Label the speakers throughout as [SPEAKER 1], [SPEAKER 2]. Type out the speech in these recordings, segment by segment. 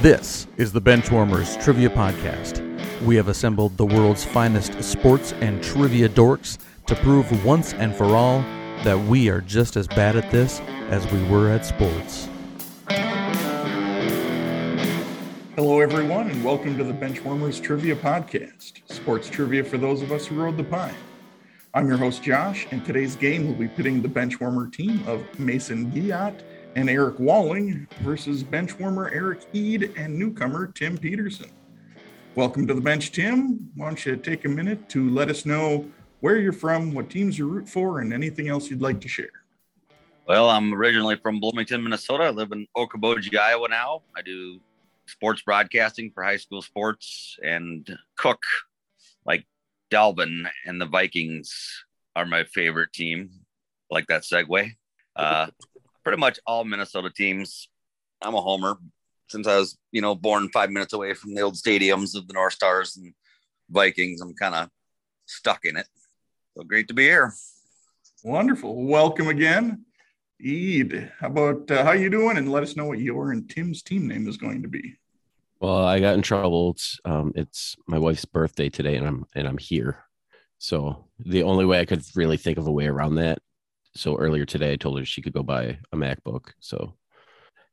[SPEAKER 1] This is the Benchwarmers Trivia Podcast. We have assembled the world's finest sports and trivia dorks to prove once and for all that we are just as bad at this as we were at sports.
[SPEAKER 2] Hello, everyone, and welcome to the Benchwarmers Trivia Podcast, sports trivia for those of us who rode the pine. I'm your host, Josh, and today's game will be pitting the Benchwarmer team of Mason Giat and Eric Walling versus Benchwarmer Eric Ead and newcomer Tim Peterson. Welcome to the bench, Tim. Why don't you take a minute to let us know where you're from, what teams you root for, and anything else you'd like to share?
[SPEAKER 3] Well, I'm originally from Bloomington, Minnesota. I live in Okoboji, Iowa now. I do sports broadcasting for high school sports and cook like Dalvin and the Vikings are my favorite team. I like that segue. Uh, pretty much all Minnesota teams. I'm a homer since I was, you know, born five minutes away from the old stadiums of the North Stars and Vikings. I'm kind of stuck in it. So great to be here.
[SPEAKER 2] Wonderful. Welcome again, Eid. How about uh, how you doing? And let us know what your and Tim's team name is going to be.
[SPEAKER 4] Well, I got in trouble. It's, um, it's my wife's birthday today, and I'm and I'm here. So the only way I could really think of a way around that. So earlier today, I told her she could go buy a MacBook. So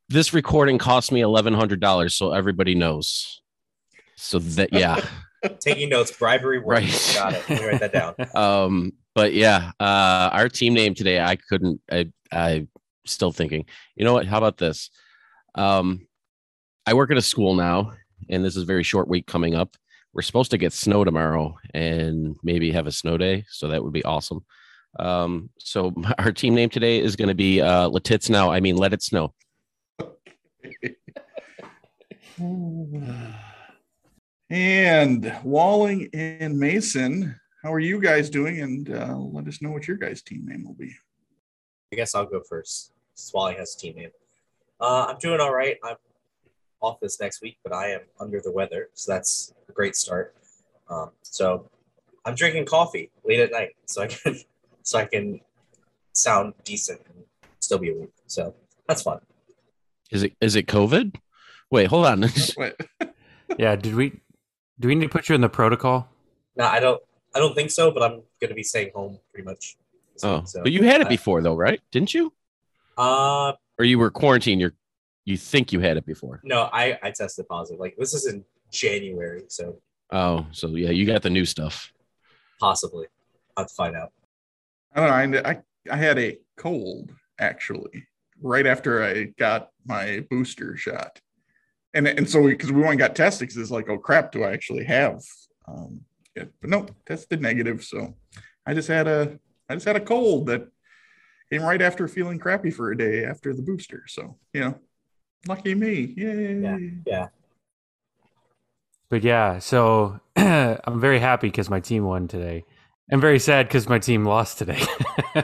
[SPEAKER 4] this recording cost me eleven hundred dollars. So everybody knows. So that yeah,
[SPEAKER 5] Taking notes, bribery works.
[SPEAKER 4] Right.
[SPEAKER 5] Got it. Let me write that down.
[SPEAKER 4] um, but yeah, uh, our team name today. I couldn't. I I still thinking. You know what? How about this? Um, I work at a school now, and this is a very short week coming up. We're supposed to get snow tomorrow and maybe have a snow day, so that would be awesome. Um, so my- our team name today is going to be uh, Let It Snow. I mean, let it snow.
[SPEAKER 2] And Walling and Mason, how are you guys doing? And uh, let us know what your guys' team name will be.
[SPEAKER 5] I guess I'll go first. Swallowing has a team name. Uh, I'm doing all right. I'm off this next week, but I am under the weather, so that's a great start. Um, so I'm drinking coffee late at night, so I can so I can sound decent and still be awake. So that's fun.
[SPEAKER 4] Is it is it COVID? Wait, hold on.
[SPEAKER 2] Wait,
[SPEAKER 6] Yeah, did we do we need to put you in the protocol?
[SPEAKER 5] No, I don't. I don't think so, but I'm going to be staying home pretty much. this
[SPEAKER 4] oh,
[SPEAKER 5] week, so
[SPEAKER 4] but you had it
[SPEAKER 5] I-
[SPEAKER 4] before though, right? Didn't you?
[SPEAKER 5] uh,
[SPEAKER 4] Or you were quarantined? You you think you had it before?
[SPEAKER 5] no, I I tested positive. Like this is in January, so
[SPEAKER 4] Oh, so yeah, you got the new stuff.
[SPEAKER 5] possibly I'll have to find out.
[SPEAKER 2] I don't know. I, I, I had a cold actually right after I got my booster shot. And, and so, because we, only got tested, because it's like, oh crap, do I actually have um, it? But no, tested negative. So I just had a, I just had a cold that came right after feeling crappy for a day after the booster. So, you know, lucky me. Yay.
[SPEAKER 5] Yeah,
[SPEAKER 6] But yeah, so I'm very happy because my team won today. I'm very sad because my team lost today.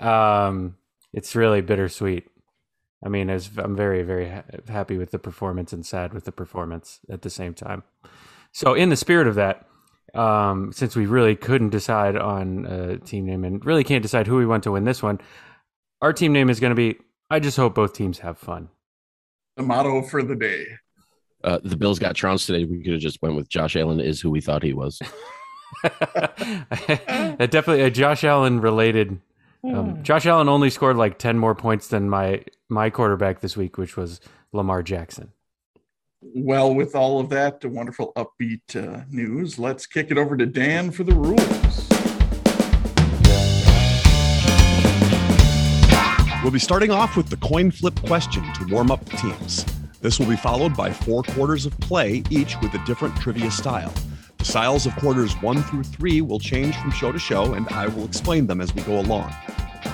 [SPEAKER 6] um, it's really bittersweet. I mean, I was, I'm very, very ha- happy with the performance and sad with the performance at the same time. So, in the spirit of that, um, since we really couldn't decide on a team name and really can't decide who we want to win this one, our team name is going to be I just hope both teams have fun.
[SPEAKER 2] The motto for the day.
[SPEAKER 4] Uh, the Bills got trounced today. We could have just went with Josh Allen is who we thought he was.
[SPEAKER 6] That definitely a Josh Allen related. Um, Josh Allen only scored like ten more points than my my quarterback this week, which was Lamar Jackson.
[SPEAKER 2] Well, with all of that the wonderful upbeat uh, news, let's kick it over to Dan for the rules.
[SPEAKER 7] We'll be starting off with the coin flip question to warm up the teams. This will be followed by four quarters of play, each with a different trivia style. The styles of quarters one through three will change from show to show, and I will explain them as we go along.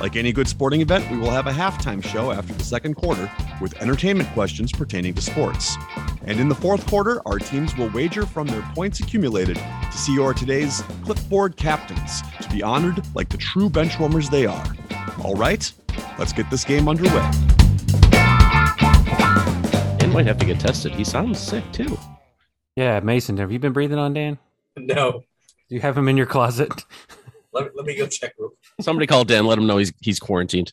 [SPEAKER 7] Like any good sporting event, we will have a halftime show after the second quarter with entertainment questions pertaining to sports. And in the fourth quarter, our teams will wager from their points accumulated to see your today's clipboard captains to be honored like the true benchwarmers they are. All right, Let's get this game underway.
[SPEAKER 4] And might have to get tested. He sounds sick too.
[SPEAKER 6] Yeah, Mason, have you been breathing on Dan?
[SPEAKER 5] no.
[SPEAKER 6] Do you have him in your closet?
[SPEAKER 5] Let, let me go check real
[SPEAKER 4] Somebody call Dan. Let him know he's he's quarantined.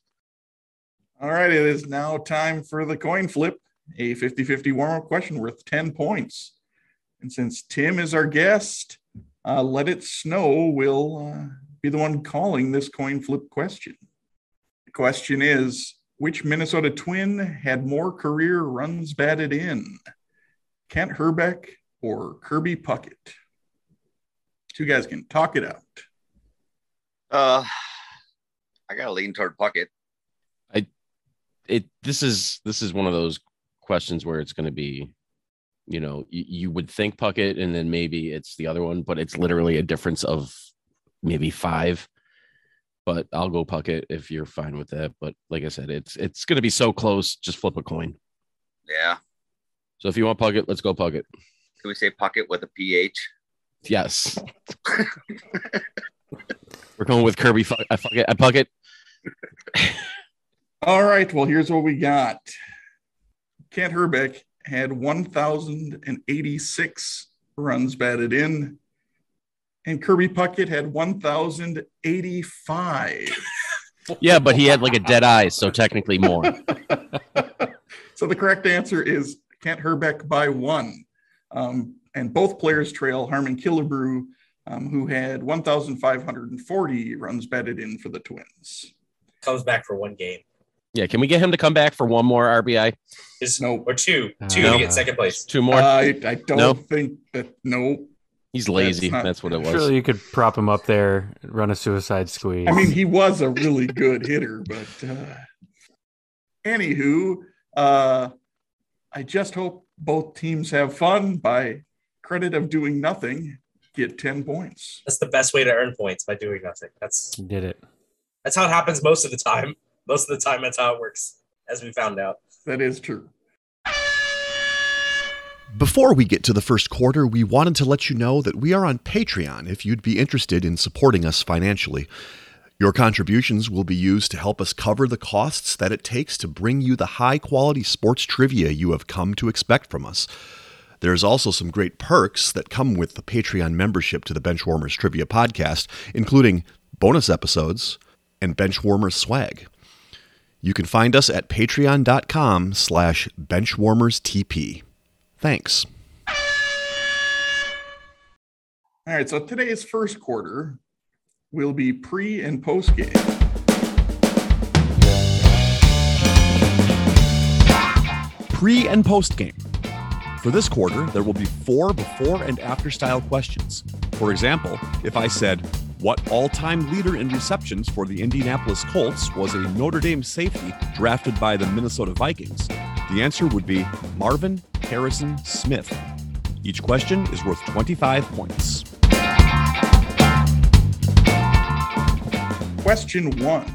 [SPEAKER 2] All right, it is now time for the coin flip. a 50 50 warm up question worth 10 points. And since Tim is our guest, uh, Let It Snow will uh, be the one calling this coin flip question. The question is Which Minnesota twin had more career runs batted in? Kent Herbeck or Kirby Puckett? Two guys can talk it out.
[SPEAKER 3] Uh, I gotta lean toward Puckett.
[SPEAKER 4] it this is this is one of those questions where it's going to be you know y- you would think puckett and then maybe it's the other one but it's literally a difference of maybe five but i'll go puckett if you're fine with that but like i said it's it's going to be so close just flip a coin
[SPEAKER 3] Yeah.
[SPEAKER 4] so if you want puckett let's go puckett
[SPEAKER 3] Can we say Puckett with a PH?
[SPEAKER 4] yes we're going with kirby Fuck- I Fuckett- I puckett
[SPEAKER 2] All right. Well, here's what we got. Kent Herbeck had 1,086 runs batted in, and Kirby Puckett had 1,085.
[SPEAKER 4] yeah but he had like a dead eye so technically more
[SPEAKER 2] so the correct answer is Kent Herbeck by one. Um, and both players trail Harmon Killebrew, um, who had 1,540 runs batted in for the Twins.
[SPEAKER 5] Comes back for one game.
[SPEAKER 4] yeah can we get him to come back for one more rbi
[SPEAKER 5] Just
[SPEAKER 2] Nope.
[SPEAKER 5] or two.
[SPEAKER 6] Uh,
[SPEAKER 5] Two
[SPEAKER 4] no.
[SPEAKER 5] to get second place.
[SPEAKER 4] two more
[SPEAKER 2] I, I don't
[SPEAKER 4] No.
[SPEAKER 2] think that, no.
[SPEAKER 4] He's lazy.
[SPEAKER 2] not-
[SPEAKER 4] That's, what it was.
[SPEAKER 6] Surely you could prop him up there, run a suicide squeeze.
[SPEAKER 2] I mean, he was a really good hitter, but uh, anywho, uh, I just hope both teams have fun. By credit of doing nothing, get ten points.
[SPEAKER 5] That's the best way to earn points by doing nothing. That's
[SPEAKER 6] did it.
[SPEAKER 5] that's how it happens most of the time. Most of the time, that's how it works, as we found out.
[SPEAKER 2] That is true.
[SPEAKER 7] Before we get to the first quarter, we wanted to let you know that we are on Patreon if you'd be interested in supporting us financially. Your contributions will be used to help us cover the costs that it takes to bring you the high quality sports trivia you have come to expect from us. There's also some great perks that come with the Patreon membership to the Benchwarmers Trivia Podcast, including bonus episodes and Benchwarmers swag. You can find us at patreon.com slash benchwarmerstp. Thanks.
[SPEAKER 2] All right, so today's first quarter will be pre and post game.
[SPEAKER 7] pre and post game. For this quarter, there will be four before and after style questions. For example, if I said, What all time leader in receptions for the Indianapolis Colts was a Notre Dame safety drafted by the Minnesota Vikings? The answer would be Marvin Harrison Smith. Each question is worth 25 points.
[SPEAKER 2] Question one: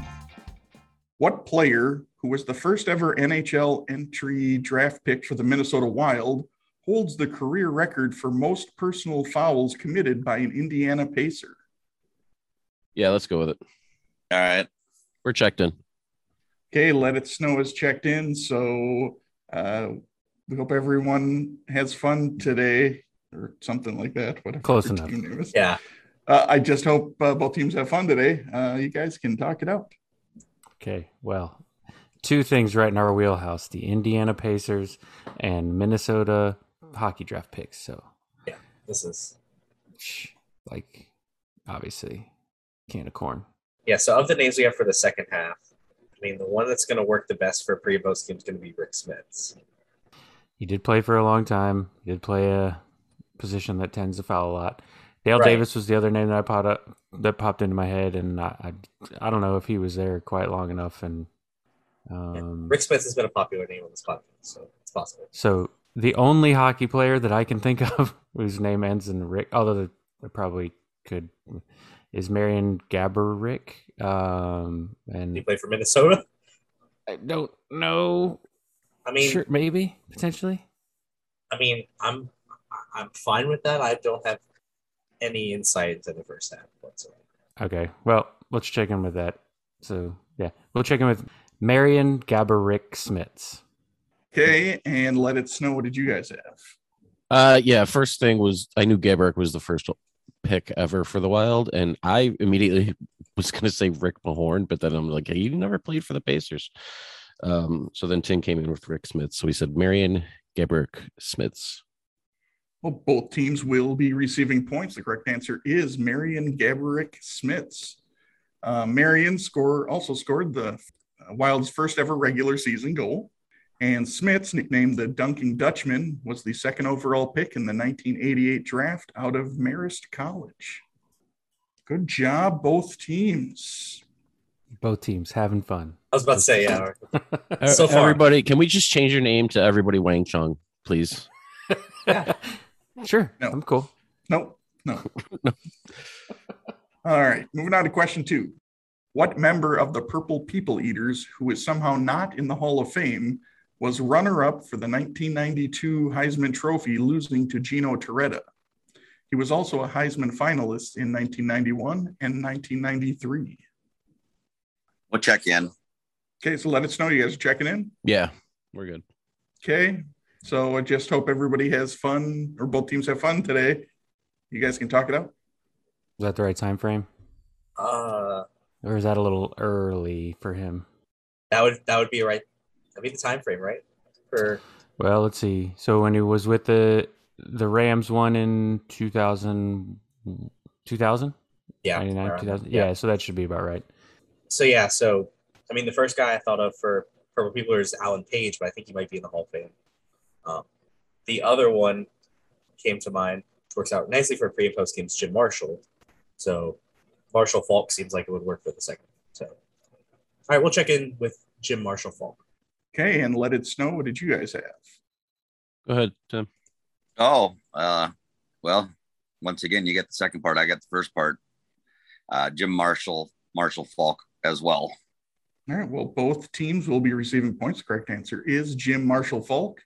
[SPEAKER 2] What player, who was the first ever NHL entry draft pick for the Minnesota Wild, holds the career record for most personal fouls committed by an Indiana Pacer?
[SPEAKER 4] yeah, let's go with it.
[SPEAKER 3] All right.
[SPEAKER 4] We're checked in.
[SPEAKER 2] Okay, Let It Snow is checked in. So uh, we hope everyone has fun today or something like that. Whatever
[SPEAKER 6] Close
[SPEAKER 2] your
[SPEAKER 6] enough.
[SPEAKER 2] team name is.
[SPEAKER 5] Yeah.
[SPEAKER 2] Uh, I just hope uh, both teams have fun today. Uh, you guys can talk it out.
[SPEAKER 6] Okay, well, two things right in our wheelhouse: the Indiana Pacers and Minnesota hockey draft picks. So,
[SPEAKER 5] This is
[SPEAKER 6] shh, like, obviously, can of corn.
[SPEAKER 5] yeah. So of the names we have for the second half, I mean, the one that's going to work the best for pre and post game is going to be Rick Smith.
[SPEAKER 6] He did play for a long time. He did play a position that tends to foul a lot. Dale
[SPEAKER 5] Right.
[SPEAKER 6] Davis was the other name that I popped up, that popped into my head, and I, I, I don't know if he was there quite long enough. And um,
[SPEAKER 5] Rick Smith has been a popular name on this podcast, so it's possible.
[SPEAKER 6] so the only hockey player that I can think of whose name ends in Rick, although I probably could, is Marion Gaborik. Um,
[SPEAKER 5] Did he
[SPEAKER 6] and
[SPEAKER 5] play for Minnesota?
[SPEAKER 6] I don't know.
[SPEAKER 5] I mean,
[SPEAKER 6] sure, maybe potentially.
[SPEAKER 5] I mean, I'm I'm fine with that. I don't have any insight into the first half whatsoever.
[SPEAKER 6] Okay. Well, let's check in with that. So yeah, we'll check in with Marion Gaborik Smits.
[SPEAKER 2] Okay, and Let It Snow. What did you guys have?
[SPEAKER 4] Uh, yeah. First thing was I knew Gabrick was the first pick ever for the Wild, and I immediately was going to say Rick Mahorn, but then I'm like, he never played for the Pacers. Um, so then 10 came in with Rick Smith. So we said Marion Geberick Smiths.
[SPEAKER 2] Well, both teams will be receiving points. The correct answer is Marion Gabrick Smiths. Uh, Marion score also scored the uh, Wild's first ever regular season goal, and Smiths, nicknamed the Dunking Dutchman, was the second overall pick in the 1988 draft out of Marist College. Good job, both teams.
[SPEAKER 6] Both teams having fun.
[SPEAKER 5] I was about to say, yeah.
[SPEAKER 4] So
[SPEAKER 5] So far.
[SPEAKER 4] E-, everybody, can we just change your name to everybody Wang Chung, please?
[SPEAKER 6] sure.
[SPEAKER 2] No.
[SPEAKER 6] I'm cool.
[SPEAKER 2] Nope, no. All right, moving on to question two. What member of the Purple People Eaters, who is somehow not in the Hall of Fame, was runner up for the 1992 Heisman Trophy, losing to Gino Toretta? He was also a Heisman finalist in 1991 and 1993.
[SPEAKER 3] We'll check in.
[SPEAKER 2] Okay, so let us know you guys are checking in.
[SPEAKER 4] Yeah, we're good.
[SPEAKER 2] Okay, so I just hope everybody has fun or both teams have fun today. You guys can talk it out.
[SPEAKER 6] Is that the right time frame?
[SPEAKER 5] Uh,
[SPEAKER 6] Or is that a little early for him?
[SPEAKER 5] that would that would be right. That'd be the time frame, right? For
[SPEAKER 6] Well, let's see. So when he was with the the Rams one in 2000 2000?
[SPEAKER 5] yeah,
[SPEAKER 6] 99,
[SPEAKER 5] around-
[SPEAKER 6] 2000? Yeah, so that should be about right.
[SPEAKER 5] So yeah, so I mean, the first guy I thought of for Purple People is Alan Page, but I think he might be in the Hall of Fame. Um, the other one came to mind, which works out nicely for pre and post games, Jim Marshall. So Marshall Falk seems like it would work for the second. So all right, we'll check in with Jim Marshall Falk.
[SPEAKER 2] Okay, and let it snow. What did you guys have?
[SPEAKER 4] Go ahead, Tim.
[SPEAKER 3] Oh, uh, well, once again, you get the second part. I got the first part. Uh, Jim Marshall, Marshall Falk as well.
[SPEAKER 2] All right. Well, both teams will be receiving points. The correct answer is Jim Marshall Falk.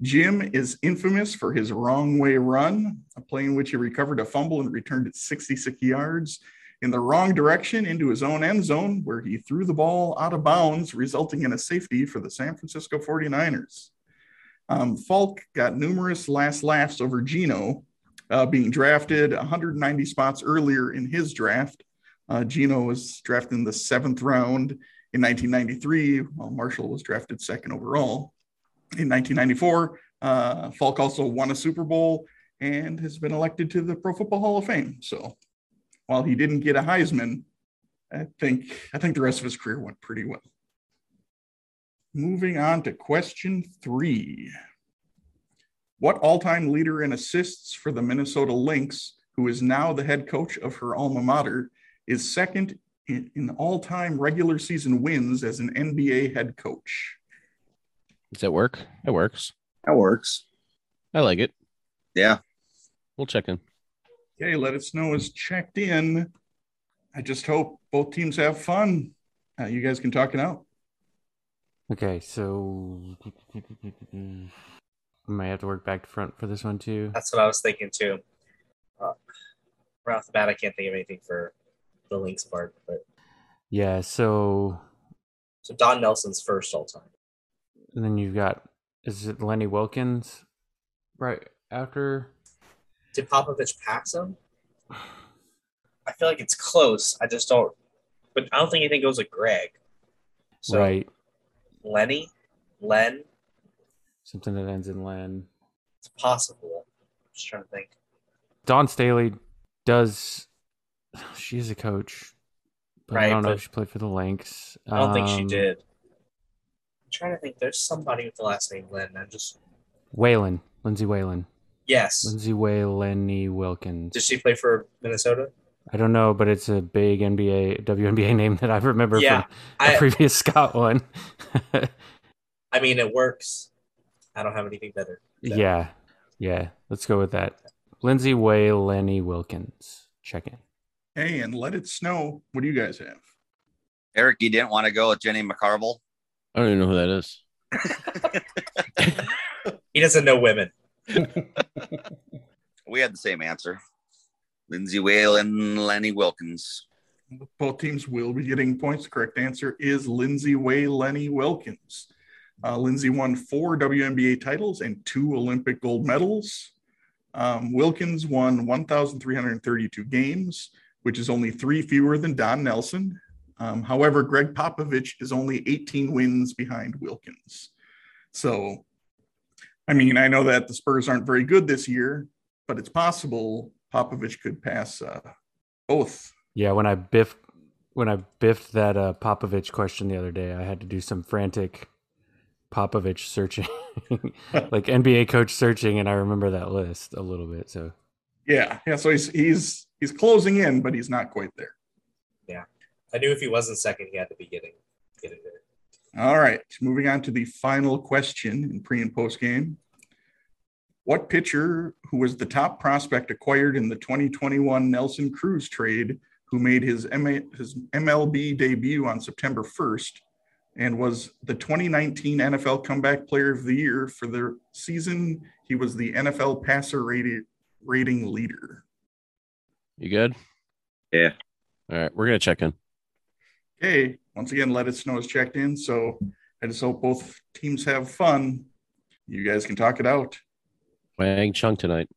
[SPEAKER 2] Jim is infamous for his wrong way run, a play in which he recovered a fumble and returned it 66 yards in the wrong direction into his own end zone, where he threw the ball out of bounds, resulting in a safety for the San Francisco 49ers. Um, Falk got numerous last laughs over Gino, uh, being drafted 190 spots earlier in his draft. Uh, Gino was drafted in the seventh round in 1993, while Marshall was drafted second overall. In 1994, uh, Falk also won a Super Bowl and has been elected to the Pro Football Hall of Fame. So, while he didn't get a Heisman, I think I think the rest of his career went pretty well. Moving on to question three: What all-time leader in assists for the Minnesota Lynx, who is now the head coach of her alma mater, is second in, in all-time regular season wins as an NBA head coach?
[SPEAKER 4] Does that work? It works.
[SPEAKER 3] That works.
[SPEAKER 4] I like it.
[SPEAKER 3] Yeah.
[SPEAKER 4] We'll check in.
[SPEAKER 2] Okay, let us know is checked in. I just hope both teams have fun. Uh, you guys can talk it out.
[SPEAKER 6] Okay, so might have to work back to front for this one too.
[SPEAKER 5] That's what I was thinking too. Uh, right off the bat, I can't think of anything for the links part, but
[SPEAKER 6] Yeah, so
[SPEAKER 5] so Don Nelson's first all time.
[SPEAKER 6] and then you've got is it Lenny Wilkins right after
[SPEAKER 5] Did Popovich pass him? I feel like it's close. I just don't. But I don't think anything goes with Greg. So
[SPEAKER 6] right
[SPEAKER 5] Lenny, Len,
[SPEAKER 6] something that ends in Len.
[SPEAKER 5] it's possible. I'm just trying to think.
[SPEAKER 6] Dawn Staley does she is a coach. But I
[SPEAKER 5] Right,
[SPEAKER 6] don't know
[SPEAKER 5] but-
[SPEAKER 6] if she played for the Lynx.
[SPEAKER 5] I don't think she
[SPEAKER 6] Um,
[SPEAKER 5] did. I'm trying to think. There's somebody with the last name Len. I'm just
[SPEAKER 6] Whalen. Lindsay Whalen.
[SPEAKER 5] yes.
[SPEAKER 6] Lindsay Whalenny Wilkins.
[SPEAKER 5] Did she play for Minnesota?
[SPEAKER 6] I don't know, but it's a big NBA WNBA name that I remember
[SPEAKER 5] Yeah,
[SPEAKER 6] from a
[SPEAKER 5] I
[SPEAKER 6] previous Scott one.
[SPEAKER 5] I mean it works. I don't have anything better.
[SPEAKER 6] yeah. Yeah. Let's go with that. Lindsay Way, Lenny Wilkins. Check in.
[SPEAKER 2] Hey, and let it snow. What do you guys have?
[SPEAKER 3] Eric, you didn't want to go with Jenny McCarville.
[SPEAKER 4] I don't even know who that is.
[SPEAKER 5] He doesn't know women.
[SPEAKER 3] We had the same answer. Lindsey Whale and Lenny Wilkins.
[SPEAKER 2] Both teams will be getting points. The correct answer is Lindsay Way Lenny Wilkins. Uh, Lindsay won four WNBA titles and two Olympic gold medals. Um, Wilkins won 1,332 games, which is only three fewer than Don Nelson. Um, however, Greg Popovich is only 18 wins behind Wilkins. So, I mean, I know that the Spurs aren't very good this year, but it's possible Popovich could pass uh, both.
[SPEAKER 6] Yeah, when I biffed when I biffed that uh, Popovich question the other day, I had to do some frantic Popovich searching, like NBA coach searching, and I remember that list a little bit. So
[SPEAKER 2] Yeah, yeah. So he's he's he's closing in, but he's not quite there.
[SPEAKER 5] I knew if he wasn't second, he had to be getting getting there.
[SPEAKER 2] All right, moving on to the final question in pre and post game. What pitcher who was the top prospect acquired in the 2021 Nelson Cruz trade, who made his, M- his MLB debut on September 1st and was the 2019 NFL Comeback Player of the Year for the season? He was the NFL passer rati- rating leader.
[SPEAKER 4] You good?
[SPEAKER 3] Yeah.
[SPEAKER 4] All right, we're gonna check in.
[SPEAKER 2] Okay, once again, let us know is checked in. So I just hope both teams have fun. You guys can talk it out.
[SPEAKER 4] Wang Chung tonight.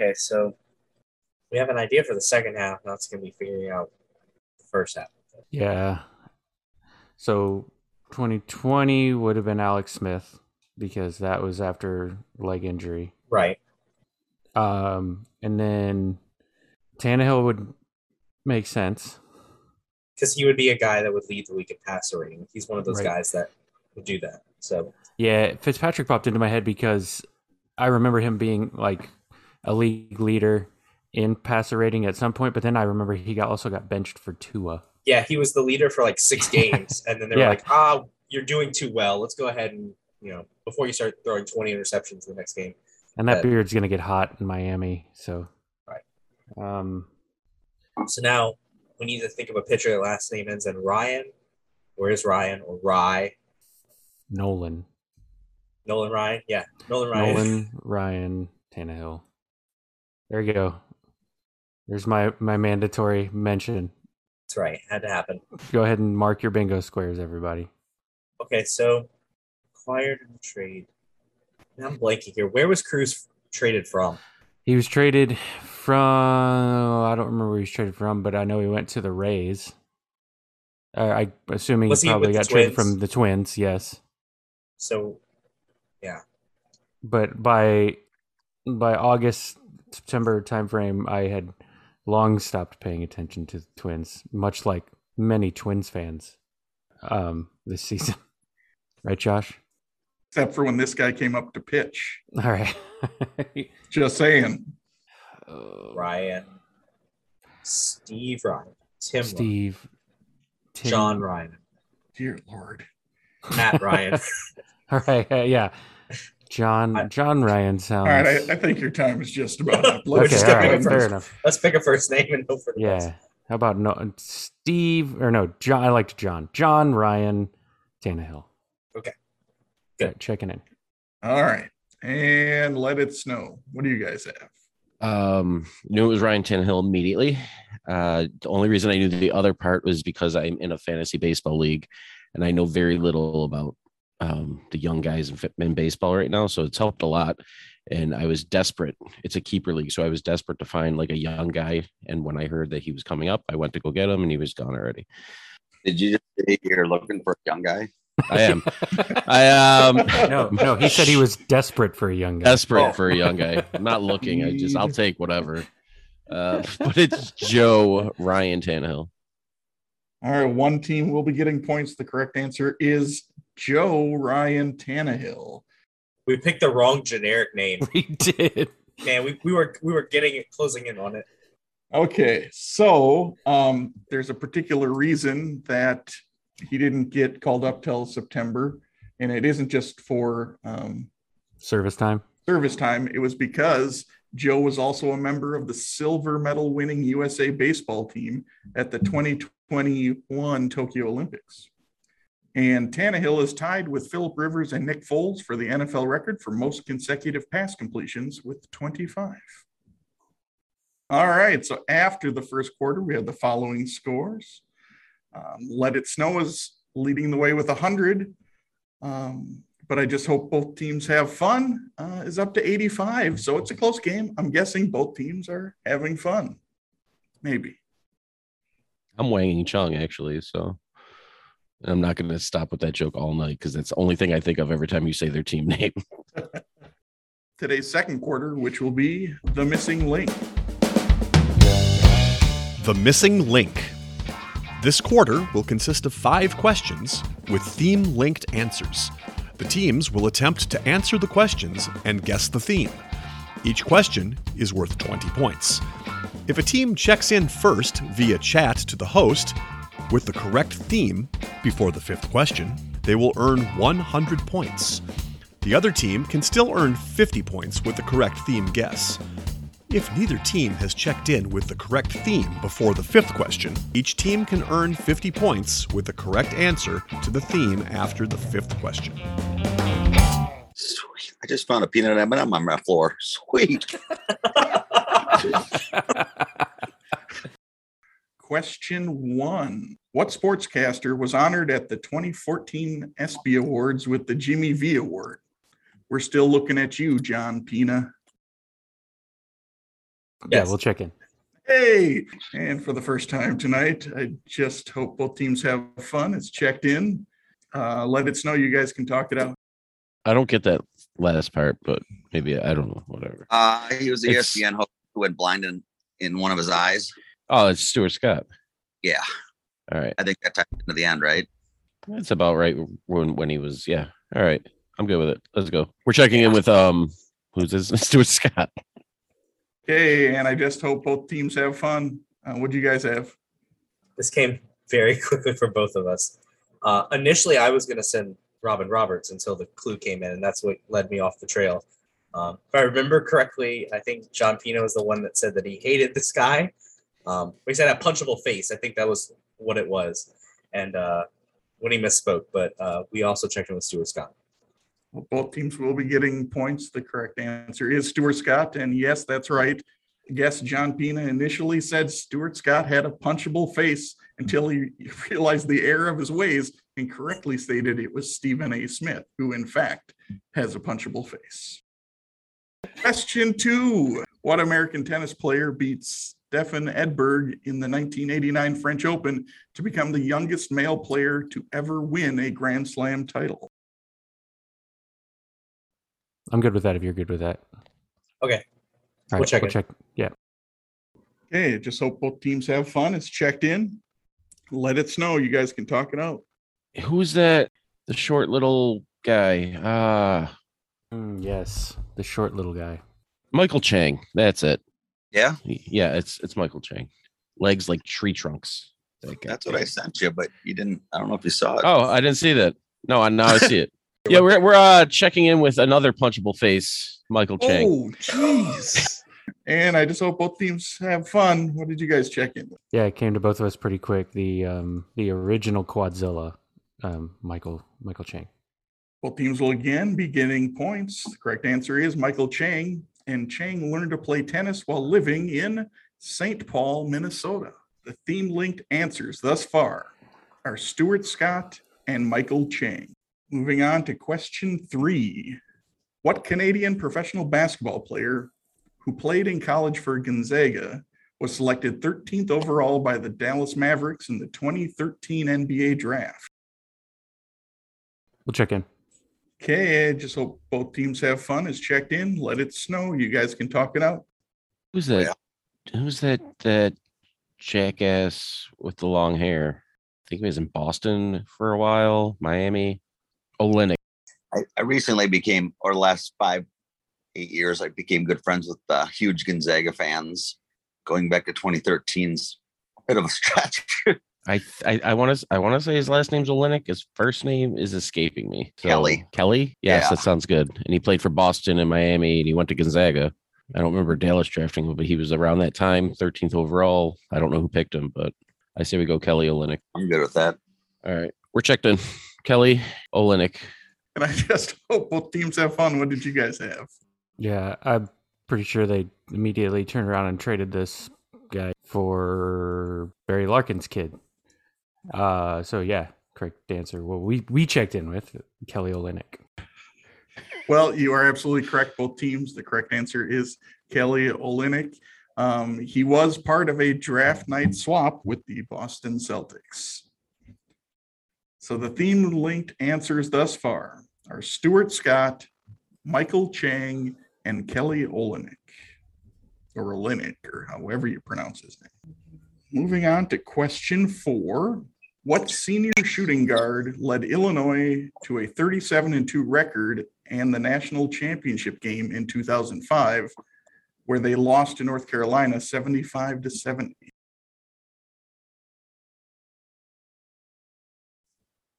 [SPEAKER 5] Okay, so we have an idea for the second half. Now it's going to be figuring out the first half.
[SPEAKER 6] yeah, so 2020 would have been Alex Smith because that was after leg injury.
[SPEAKER 5] Right.
[SPEAKER 6] Um, and then Tannehill would make sense.
[SPEAKER 5] Because he would be a guy that would lead the league in passer rating. He's one of those
[SPEAKER 6] Right.
[SPEAKER 5] guys that would do that. So
[SPEAKER 6] Yeah, Fitzpatrick popped into my head because I remember him being like a league leader in passer rating at some point, but then I remember he got also got benched for Tua.
[SPEAKER 5] yeah, he was the leader for like six games, and then they were
[SPEAKER 6] Yeah.
[SPEAKER 5] like, "Ah, you're doing too well. Let's go ahead and you know before you start throwing 20 interceptions in the next game."
[SPEAKER 6] And that
[SPEAKER 5] Yeah.
[SPEAKER 6] beard's gonna get hot in Miami, so
[SPEAKER 5] Right.
[SPEAKER 6] Um
[SPEAKER 5] So now we need to think of a pitcher that last name ends in Ryan. Where is Ryan or Rye?
[SPEAKER 6] Nolan.
[SPEAKER 5] Nolan Ryan. Yeah, Nolan Ryan.
[SPEAKER 6] Nolan Ryan Tannehill. There you go. There's my my mandatory mention.
[SPEAKER 5] That's right. Had to happen.
[SPEAKER 6] Go ahead and mark your bingo squares, everybody.
[SPEAKER 5] Okay, so acquired and trade. Now I'm blanking here. Where was Cruz traded from?
[SPEAKER 6] He was traded from I don't remember where he was traded from, but I know he went to the Rays. Uh, I assuming
[SPEAKER 5] Was
[SPEAKER 6] he
[SPEAKER 5] he
[SPEAKER 6] probably
[SPEAKER 5] with the
[SPEAKER 6] got traded
[SPEAKER 5] Twins?
[SPEAKER 6] from the Twins, yes.
[SPEAKER 5] So
[SPEAKER 6] But by by August September timeframe, I had long stopped paying attention to the Twins, much like many Twins fans um, this season. right, Josh?
[SPEAKER 2] except for when this guy came up to pitch.
[SPEAKER 6] All right.
[SPEAKER 2] Just saying.
[SPEAKER 5] Ryan, Steve Ryan, Tim, Ryan,
[SPEAKER 6] Steve, Tim-
[SPEAKER 5] John Ryan,
[SPEAKER 2] Dear Lord.
[SPEAKER 5] Matt Ryan.
[SPEAKER 6] All right, uh, yeah.
[SPEAKER 5] I-
[SPEAKER 6] John John Ryan sounds.
[SPEAKER 2] All right, I, I think your time is just about up.
[SPEAKER 5] we're
[SPEAKER 6] okay,
[SPEAKER 5] just
[SPEAKER 6] all
[SPEAKER 5] gonna
[SPEAKER 6] right,
[SPEAKER 5] go
[SPEAKER 6] fair
[SPEAKER 5] first.
[SPEAKER 6] enough.
[SPEAKER 5] Let's pick a first name and hope for the best.
[SPEAKER 6] Yeah. How about no Steve or no John? I liked John. John Ryan Tannehill.
[SPEAKER 5] Okay.
[SPEAKER 6] All
[SPEAKER 5] Good.
[SPEAKER 6] right, checking in.
[SPEAKER 2] All right. And let it snow. What do you guys have?
[SPEAKER 4] Um, knew it was Ryan Tannehill immediately. Uh, the only reason I knew the other part was because I'm in a fantasy baseball league, and I know very little about um, the young guys in, in baseball right now. So it's helped a lot. And I was desperate. It's a keeper league, so I was desperate to find like a young guy. And when I heard that he was coming up, I went to go get him, and he was gone already.
[SPEAKER 3] Did you just say you're looking for a young guy?
[SPEAKER 4] I am. I am
[SPEAKER 2] um,
[SPEAKER 6] No, no, he said he was desperate for a young guy.
[SPEAKER 4] desperate for a young guy. I'm not looking. I just I'll take whatever. Uh, but it's Joe Ryan Tannehill.
[SPEAKER 2] All right, one team will be getting points. The correct answer is Joe Ryan Tannehill.
[SPEAKER 5] We picked the wrong generic name.
[SPEAKER 6] we did.
[SPEAKER 5] Man, we, we were we were getting it closing in on it.
[SPEAKER 2] Okay, so um, there's a particular reason that he didn't get called up till September, and it isn't just for um,
[SPEAKER 6] Service time.
[SPEAKER 2] service time, it was because Joe was also a member of the silver medal winning USA baseball team at the 2021 Tokyo Olympics. And Tannehill is tied with Philip Rivers and Nick Foles for the NFL record for most consecutive pass completions with 25. All right. So after the first quarter, we had the following scores. Um, Let It Snow is leading the way with 100. Um, but I just hope both teams have fun. Uh, is up to 85, so it's a close game. I'm guessing both teams are having fun. Maybe.
[SPEAKER 4] I'm Wang Ying Chung actually, so and I'm not going to stop with that joke all night because that's the only thing I think of every time you say their team name.
[SPEAKER 2] Today's second quarter, which will be the missing link.
[SPEAKER 7] The Missing Link. This quarter will consist of five questions with theme linked answers. The teams will attempt to answer the questions and guess the theme. Each question is worth 20 points. If a team checks in first via chat to the host with the correct theme before the fifth question, they will earn 100 points. The other team can still earn 50 points with the correct theme guess. If neither team has checked in with the correct theme before the fifth question, each team can earn 50 points with the correct answer to the theme after the fifth question.
[SPEAKER 3] Sweet. I just found a peanut M&M on my floor. Sweet.
[SPEAKER 2] Question one What sportscaster was honored at the 2014 ESPY Awards with the Jimmy V Award? We're still looking at you, John Pina.
[SPEAKER 6] Yeah,
[SPEAKER 5] Yes.
[SPEAKER 6] we'll check in.
[SPEAKER 2] Hey, and for the first time tonight, I just hope both teams have fun. It's checked in. Uh, let us know. You guys can talk it out.
[SPEAKER 4] I don't get that last part, but maybe I don't know. Whatever.
[SPEAKER 3] Uh, he was the
[SPEAKER 4] It's-
[SPEAKER 3] ESPN host who had blind in, in one of his eyes.
[SPEAKER 4] Oh, it's Stuart Scott.
[SPEAKER 3] Yeah,
[SPEAKER 4] All right,
[SPEAKER 3] I think that tied into the end, right?
[SPEAKER 4] that's about right when when he was. Yeah. All right, I'm good with it. Let's go. We're checking in with um, who's this? Stuart Scott.
[SPEAKER 2] Hey, and I just hope both teams have fun. Uh, what do you guys have?
[SPEAKER 5] This came very quickly for both of us. Uh, initially, I was going to send Robin Roberts until the clue came in, and that's what led me off the trail. Um, if I remember correctly, I think John Pino is the one that said that he hated this guy. Um, he said a punchable face. I think that was what it was. And uh, when he misspoke, but uh, we also checked in with Stuart Scott.
[SPEAKER 2] Well, both teams will be getting points. The correct answer is Stuart Scott. And yes, that's right. Guess John Pina initially said Stuart Scott had a punchable face until he realized the error of his ways and correctly stated it was Stephen A. Smith, who in fact has a punchable face. Question two What American tennis player beats Stefan Edberg in the 1989 French Open to become the youngest male player to ever win a Grand Slam title?
[SPEAKER 6] I'm good with that. If you're good with that,
[SPEAKER 5] Okay.
[SPEAKER 6] All right,
[SPEAKER 5] We'll check
[SPEAKER 6] we'll
[SPEAKER 5] it.
[SPEAKER 6] check. Yeah,
[SPEAKER 2] Okay, just hope both teams have fun. It's checked in. Let us know. You guys can talk it out.
[SPEAKER 4] Who's that? The short little guy. Ah,
[SPEAKER 6] Mm, yes, the short little guy.
[SPEAKER 4] Michael Chang. That's it.
[SPEAKER 3] Yeah,
[SPEAKER 4] Yeah, it's it's Michael Chang. Legs like tree trunks. That guy.
[SPEAKER 3] that's what I sent you, but you didn't. I don't know if you saw it.
[SPEAKER 4] Oh, I didn't see that. No, I now I see it. Yeah, we're we're uh, checking in with another punchable face, Michael Chang.
[SPEAKER 2] Oh, jeez. and I just hope both teams have fun. What did you guys check in with?
[SPEAKER 6] Yeah, it came to both of us pretty quick. The um, the original Quadzilla, um, Michael Michael Chang.
[SPEAKER 2] Both teams will again be getting points. The correct answer is Michael Chang. And Chang learned to play tennis while living in St. Paul, Minnesota. The theme linked answers thus far are Stuart Scott and Michael Chang. Moving on to question three What Canadian professional basketball player who played in college for Gonzaga was selected 13th overall by the Dallas Mavericks in the 2013 NBA draft?
[SPEAKER 6] We'll check in.
[SPEAKER 2] Okay, I just hope both teams have fun. It's checked in. Let it snow. You guys can talk it out.
[SPEAKER 4] Who's that? Who's that? That jackass with the long hair. I think he was in Boston for a while, Miami. Olenek.
[SPEAKER 3] I, I recently became, or last five, eight years, I became good friends with uh, huge Gonzaga fans. Going back to 2013's a bit of a stretch.
[SPEAKER 4] I th- I I want to I want to say his last name's Olenek. His first name is escaping me. So-
[SPEAKER 3] Kelly.
[SPEAKER 4] Kelly. Yes,
[SPEAKER 3] Yeah.
[SPEAKER 4] that sounds good. And he played for Boston and Miami, and he went to Gonzaga. I don't remember Dallas drafting him, but he was around that time, 13th overall. I don't know who picked him, but I say we go Kelly Olenek.
[SPEAKER 3] I'm good with that.
[SPEAKER 4] All right, we're checked in. Kelly Olenek.
[SPEAKER 2] And I just hope both teams have fun. What did you guys have?
[SPEAKER 6] Yeah, I'm pretty sure they immediately turned around and traded this guy for Barry Larkin's kid. Uh, so yeah, correct answer. Well, we we checked in with Kelly Olynyk.
[SPEAKER 2] Well, you are absolutely correct. Both teams. The correct answer is Kelly Olinick. Um, he was part of a draft night swap with the Boston Celtics. So the theme linked answers thus far are Stuart Scott, Michael Chang, and Kelly Olenek, or Olenek, or however you pronounce his name. Moving on to question four. What senior shooting guard led Illinois to a 37 and 2 record and the national championship game in 2005, where they lost to North Carolina 75 to 70?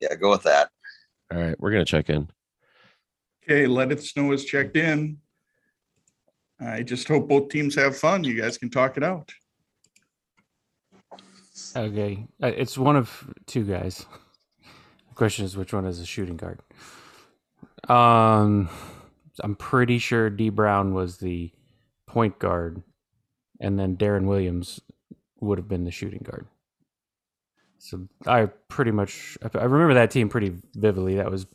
[SPEAKER 3] Yeah, go with that.
[SPEAKER 4] All right, we're gonna check in.
[SPEAKER 2] Okay, Let It Snow is checked in. I just hope both teams have fun. You guys can talk it out.
[SPEAKER 6] Okay, Uh, it's one of two guys. The question is, which one is a shooting guard? Um, I'm pretty sure D Brown was the point guard, and then Darren Williams would have been the shooting guard. So I pretty much I I remember that team pretty vividly. That was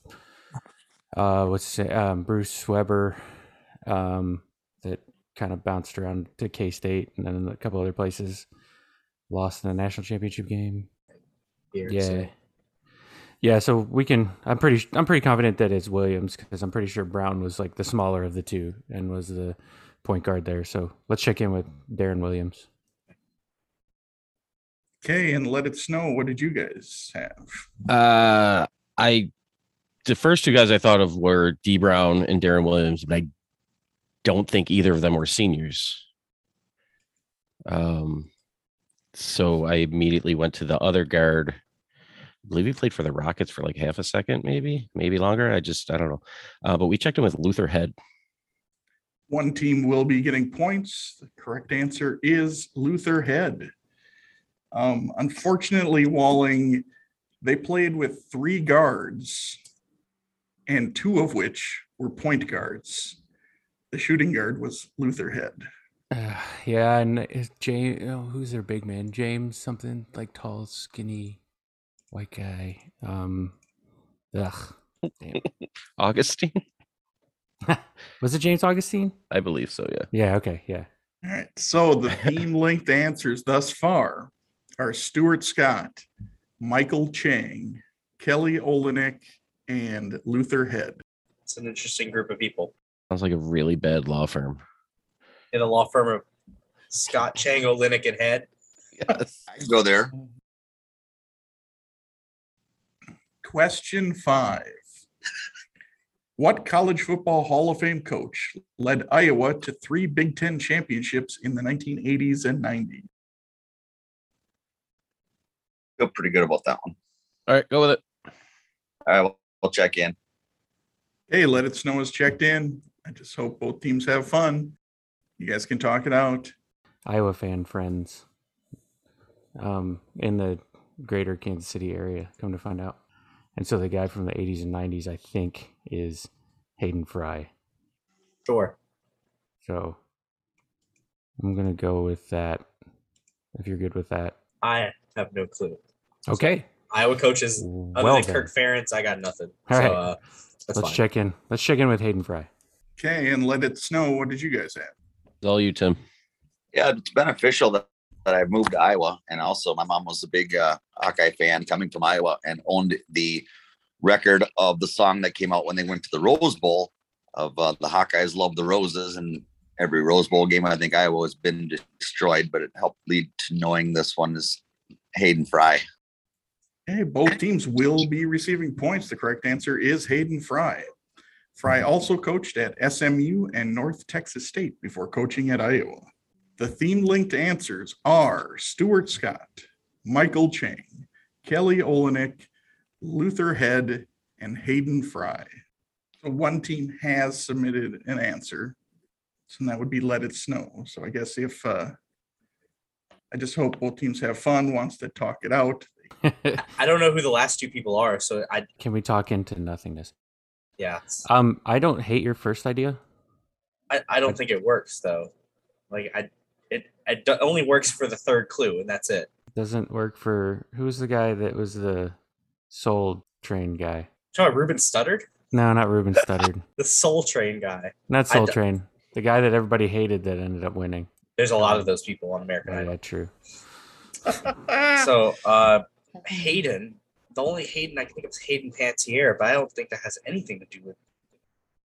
[SPEAKER 6] uh, what's his name? um, Bruce Weber, um, that kind of bounced around to K State and then a couple other places lost in the national championship game.
[SPEAKER 5] Here,
[SPEAKER 6] Yeah.
[SPEAKER 5] so-
[SPEAKER 6] Yeah, so we can. I'm pretty. I'm pretty confident that it's Williams because I'm pretty sure Brown was like the smaller of the two and was the point guard there. So let's check in with Darren Williams.
[SPEAKER 2] Okay, and Let It Snow, what did you guys have?
[SPEAKER 4] Uh, I the first two guys I thought of were D Brown and Darren Williams, but I don't think either of them were seniors. Um, so I immediately went to the other guard. I believe he played for the Rockets for like half a second, maybe, maybe longer. I just I don't know. Uh, but we checked in with Luther Head.
[SPEAKER 2] One team will be getting points. The correct answer is Luther Head. Um, unfortunately, Walling, they played with three guards, and two of which were point guards. The shooting guard was Luther Head.
[SPEAKER 6] Uh, yeah, and James. Oh, who's their big man? James something like tall, skinny, white guy. Um, ugh. Damn.
[SPEAKER 4] Augustine,
[SPEAKER 6] Was it James Augustine?
[SPEAKER 4] I believe so. Yeah.
[SPEAKER 6] Yeah. Okay. Yeah.
[SPEAKER 2] All right, so the team linked answers thus far are Stuart Scott, Michael Chang, Kelly Olenek, and Luther Head.
[SPEAKER 5] It's an interesting group of people.
[SPEAKER 4] Sounds like a really bad law firm.
[SPEAKER 5] In a law firm of Scott Chang, Olinick, and Head.
[SPEAKER 4] Yes.
[SPEAKER 3] I can go there.
[SPEAKER 2] Question five. What college football Hall of Fame coach led Iowa to three Big Ten championships in the 1980s and 90s?
[SPEAKER 3] Feel pretty good about that one.
[SPEAKER 4] All right, go with it.
[SPEAKER 3] All right, we'll, we'll check in.
[SPEAKER 2] Hey, Let It Snow is checked in. I just hope both teams have fun. You guys can talk it out.
[SPEAKER 6] Iowa fan friends um, in the greater Kansas City area, come to find out. And so the guy from the 80s and 90s, I think, is Hayden Fry.
[SPEAKER 5] Sure.
[SPEAKER 6] So I'm going to go with that if you're good with that.
[SPEAKER 5] I have no clue.
[SPEAKER 6] Okay.
[SPEAKER 5] Iowa coaches, other
[SPEAKER 6] Well,
[SPEAKER 5] than Kirk Ferentz, I got nothing.
[SPEAKER 6] All
[SPEAKER 5] so
[SPEAKER 6] right.
[SPEAKER 5] uh, that's
[SPEAKER 6] let's
[SPEAKER 5] fine.
[SPEAKER 6] check in. Let's check in with Hayden Fry.
[SPEAKER 2] Okay, and Let It Snow, what did you guys have?
[SPEAKER 4] It's all you, Tim.
[SPEAKER 3] Yeah, it's beneficial that, that I moved to Iowa. And also, my mom was a big uh, Hawkeye fan coming from Iowa and owned the record of the song that came out when they went to the Rose Bowl of uh, the Hawkeyes Love the Roses. And every Rose Bowl game, I think Iowa has been destroyed, but it helped lead to knowing this one is Hayden Fry.
[SPEAKER 2] Hey, both teams will be receiving points. The correct answer is Hayden Fry. Fry also coached at SMU and North Texas State before coaching at Iowa. The theme linked answers are Stuart Scott, Michael Chang, Kelly Olenek, Luther Head, and Hayden Fry. So one team has submitted an answer. So that would be Let It Snow. So I guess if uh, I just hope both teams have fun, wants to talk it out,
[SPEAKER 5] I don't know who the last two people are, so I
[SPEAKER 6] Can we talk into nothingness?
[SPEAKER 5] yeah, it's-
[SPEAKER 6] Um, I don't hate your first idea.
[SPEAKER 5] I, I
[SPEAKER 6] Uh,
[SPEAKER 5] don't think it works though. Like I, it, it do- only works for the third clue, and that's it.
[SPEAKER 6] Doesn't work for who was the guy that was the soul train guy?
[SPEAKER 5] You know, Ruben stuttered,
[SPEAKER 6] No, not Ruben Studdard.
[SPEAKER 5] the Soul Train guy.
[SPEAKER 6] Not
[SPEAKER 5] I
[SPEAKER 6] Soul
[SPEAKER 5] d-
[SPEAKER 6] Train. The guy that everybody hated that ended up winning.
[SPEAKER 5] There's a lot of those people on American
[SPEAKER 6] Yeah,
[SPEAKER 5] Idol.
[SPEAKER 6] yeah, true.
[SPEAKER 5] So uh, Hayden, the only Hayden I can think of is Hayden Pantier, but I don't think that has anything to do with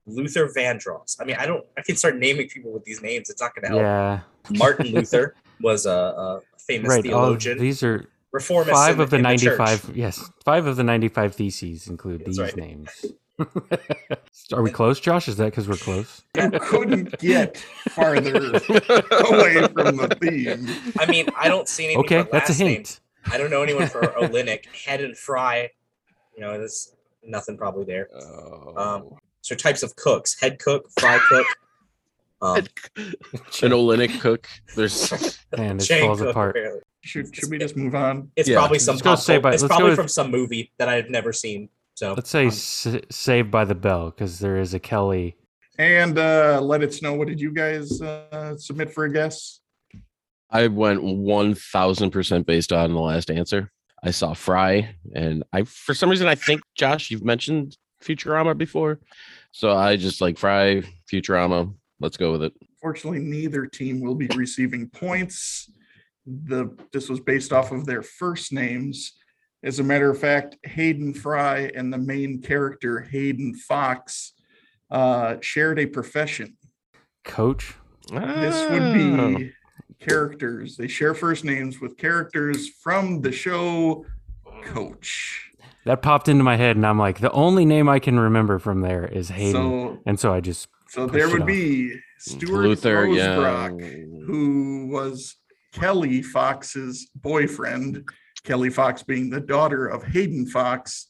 [SPEAKER 5] Luther Vandross. I mean, I don't. I can start naming people with these names. It's not going to help.
[SPEAKER 6] Yeah,
[SPEAKER 5] Martin Luther was a, a famous
[SPEAKER 6] right. All of
[SPEAKER 5] theologian.
[SPEAKER 6] these are
[SPEAKER 5] reformist
[SPEAKER 6] five
[SPEAKER 5] in-
[SPEAKER 6] of the
[SPEAKER 5] in church.
[SPEAKER 6] ninety-five. yes, five of the ninety-five theses include
[SPEAKER 5] That's
[SPEAKER 6] these
[SPEAKER 5] right.
[SPEAKER 6] names. are we close, Josh? Is that because we're close?
[SPEAKER 2] You couldn't get farther away from the theme.
[SPEAKER 5] I mean, I don't see anything.
[SPEAKER 6] Okay,
[SPEAKER 5] for
[SPEAKER 6] that's a
[SPEAKER 5] last name.
[SPEAKER 6] hint.
[SPEAKER 5] I don't know anyone for Olinick. Head and Fry. You know, there's nothing probably there. Um,
[SPEAKER 4] Oh.
[SPEAKER 5] So types of cooks: head cook, fry cook. Um,
[SPEAKER 4] An Olenek cook. There's
[SPEAKER 6] Man, this
[SPEAKER 5] chain
[SPEAKER 6] falls
[SPEAKER 5] cook,
[SPEAKER 6] apart.
[SPEAKER 5] apparently.
[SPEAKER 2] Should, should we just move on?
[SPEAKER 5] It's
[SPEAKER 4] Yeah.
[SPEAKER 5] probably some.
[SPEAKER 6] Let's go
[SPEAKER 5] pop
[SPEAKER 6] say
[SPEAKER 5] cult-
[SPEAKER 6] by-
[SPEAKER 5] it's
[SPEAKER 6] let's go
[SPEAKER 5] probably
[SPEAKER 6] with-
[SPEAKER 5] from some movie that I've never seen. So
[SPEAKER 6] Let's say
[SPEAKER 5] um,
[SPEAKER 6] s- Saved by the Bell because there is a Kelly.
[SPEAKER 2] And uh, let us know what did you guys uh, submit for a guess?
[SPEAKER 4] I went one thousand percent based on the last answer. I saw Fry, and I for some reason I think Josh, you've mentioned Futurama before, so I just like Fry, Futurama. Let's go with it.
[SPEAKER 2] Fortunately, neither team will be receiving points. The this was based off of their first names. As a matter of fact, Hayden Fry and the main character Hayden Fox uh, shared a profession.
[SPEAKER 6] Coach.
[SPEAKER 2] This would
[SPEAKER 4] Hmm. Ah.
[SPEAKER 2] be
[SPEAKER 4] Oh.
[SPEAKER 2] characters. They share first names with characters from the show Coach.
[SPEAKER 6] That popped into my head, and I'm like, the only name I can remember from there is Hayden,
[SPEAKER 2] So
[SPEAKER 6] and so I just
[SPEAKER 2] So
[SPEAKER 6] Push
[SPEAKER 2] there
[SPEAKER 6] it
[SPEAKER 2] would
[SPEAKER 6] off.
[SPEAKER 2] be Stuart
[SPEAKER 4] Mm, Luther,
[SPEAKER 2] Rosebrock,
[SPEAKER 4] yeah.
[SPEAKER 2] who was Kelly Fox's boyfriend, Kelly Fox being the daughter of Hayden Fox.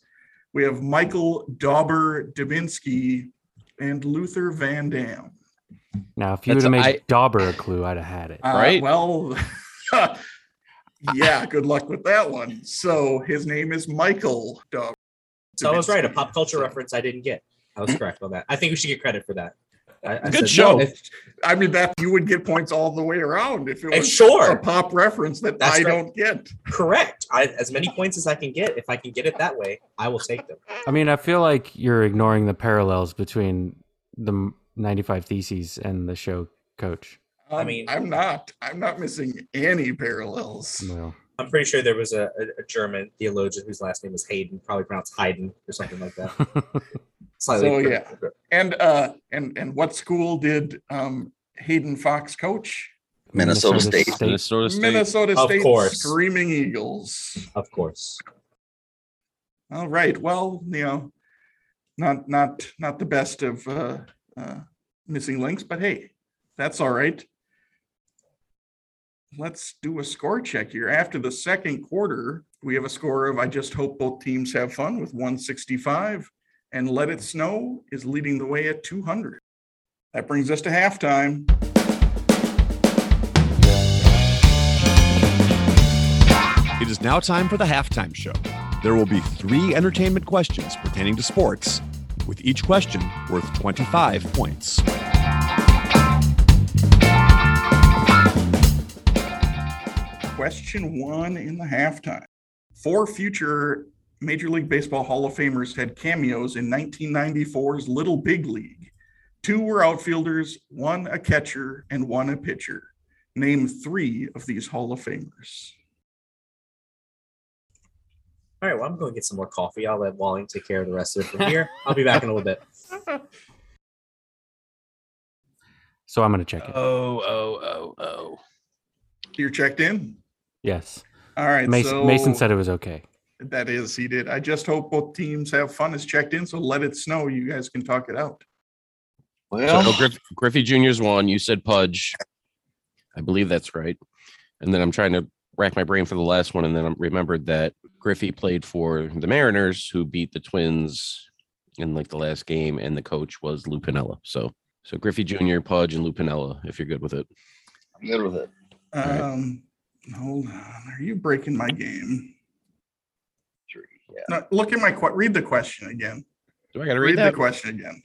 [SPEAKER 2] We have Michael Dauber Dubinsky and Luther Van Dam.
[SPEAKER 6] now if you
[SPEAKER 4] That's-
[SPEAKER 6] would have
[SPEAKER 4] I-
[SPEAKER 6] made Dauber a clue, I'd have had it.
[SPEAKER 2] Uh,
[SPEAKER 4] Right.
[SPEAKER 2] Well, yeah, good luck with that one. So his name is Michael Dauber.
[SPEAKER 5] so I was right. A
[SPEAKER 2] Dubinsky.
[SPEAKER 5] pop culture reference I didn't get. I was correct on that. I think we should get credit for that. I, I
[SPEAKER 4] Good
[SPEAKER 5] said-
[SPEAKER 4] show.
[SPEAKER 5] If-
[SPEAKER 2] I mean, that you would get points all the way around if it
[SPEAKER 5] And
[SPEAKER 2] was
[SPEAKER 5] sure.
[SPEAKER 2] a pop reference that
[SPEAKER 5] That's
[SPEAKER 2] I
[SPEAKER 5] right.
[SPEAKER 2] don't get.
[SPEAKER 5] correct. I, as many points as I can get. If I can get it that way, I will take them.
[SPEAKER 6] I mean, I feel like you're ignoring the parallels between the 95 Theses and the show Coach.
[SPEAKER 2] Um,
[SPEAKER 5] I mean-
[SPEAKER 2] I'm not. I'm not missing any parallels.
[SPEAKER 6] Well,
[SPEAKER 5] I'm pretty sure there was a, a, a German theologian whose last name was Hayden, probably pronounced Haydn or something like that. Slightly
[SPEAKER 2] So,
[SPEAKER 5] different.
[SPEAKER 2] And uh, and and what school did um, Hayden Fox coach?
[SPEAKER 3] Minnesota State.
[SPEAKER 4] Minnesota State.
[SPEAKER 2] Minnesota
[SPEAKER 5] Of
[SPEAKER 2] State
[SPEAKER 5] course.
[SPEAKER 2] Screaming Eagles.
[SPEAKER 5] of course.
[SPEAKER 2] All right. Well, you know, not not not the best of uh, uh, missing links, but hey, that's all right. Let's do a score check here. After the second quarter, we have a score of I just hope both teams have fun with 165, and Let It Snow is leading the way at 200. That brings us to halftime.
[SPEAKER 7] It is now time for the halftime show. There will be three entertainment questions pertaining to sports, with each question worth 25 points.
[SPEAKER 2] Question one in the halftime. Four future Major League Baseball Hall of Famers had cameos in 1994's Little Big League. Two were outfielders, one a catcher, and one a pitcher. Name three of these Hall of Famers.
[SPEAKER 5] All right. Well, I'm going to get some more coffee. I'll let Walling take care of the rest of it from here. I'll be back in a little bit.
[SPEAKER 6] So I'm going to check it.
[SPEAKER 4] Oh, oh, oh, oh.
[SPEAKER 2] You're checked in.
[SPEAKER 6] Yes.
[SPEAKER 2] All right.
[SPEAKER 6] Mason,
[SPEAKER 2] so
[SPEAKER 6] Mason said it was okay.
[SPEAKER 2] that is he did. I just hope both teams have fun. Is checked in, so let it snow. You guys can talk it out.
[SPEAKER 4] So
[SPEAKER 3] Well,
[SPEAKER 4] no, Griff- Griffey Jr.'s one. You said Pudge. I believe that's right. And then I'm trying to rack my brain for the last one. And then I remembered that Griffey played for the Mariners, who beat the Twins in like the last game, and the coach was Lou Pinella. So, so Griffey Jr., Pudge, and Lou Pinella, if you're good with it.
[SPEAKER 3] I'm good with it.
[SPEAKER 4] right.
[SPEAKER 2] Um, hold on. Are you breaking my game?
[SPEAKER 3] Three. Yeah.
[SPEAKER 2] No, look at my que- read the question again.
[SPEAKER 4] Do I got to
[SPEAKER 2] read
[SPEAKER 4] read,
[SPEAKER 2] the
[SPEAKER 4] that?
[SPEAKER 2] question again.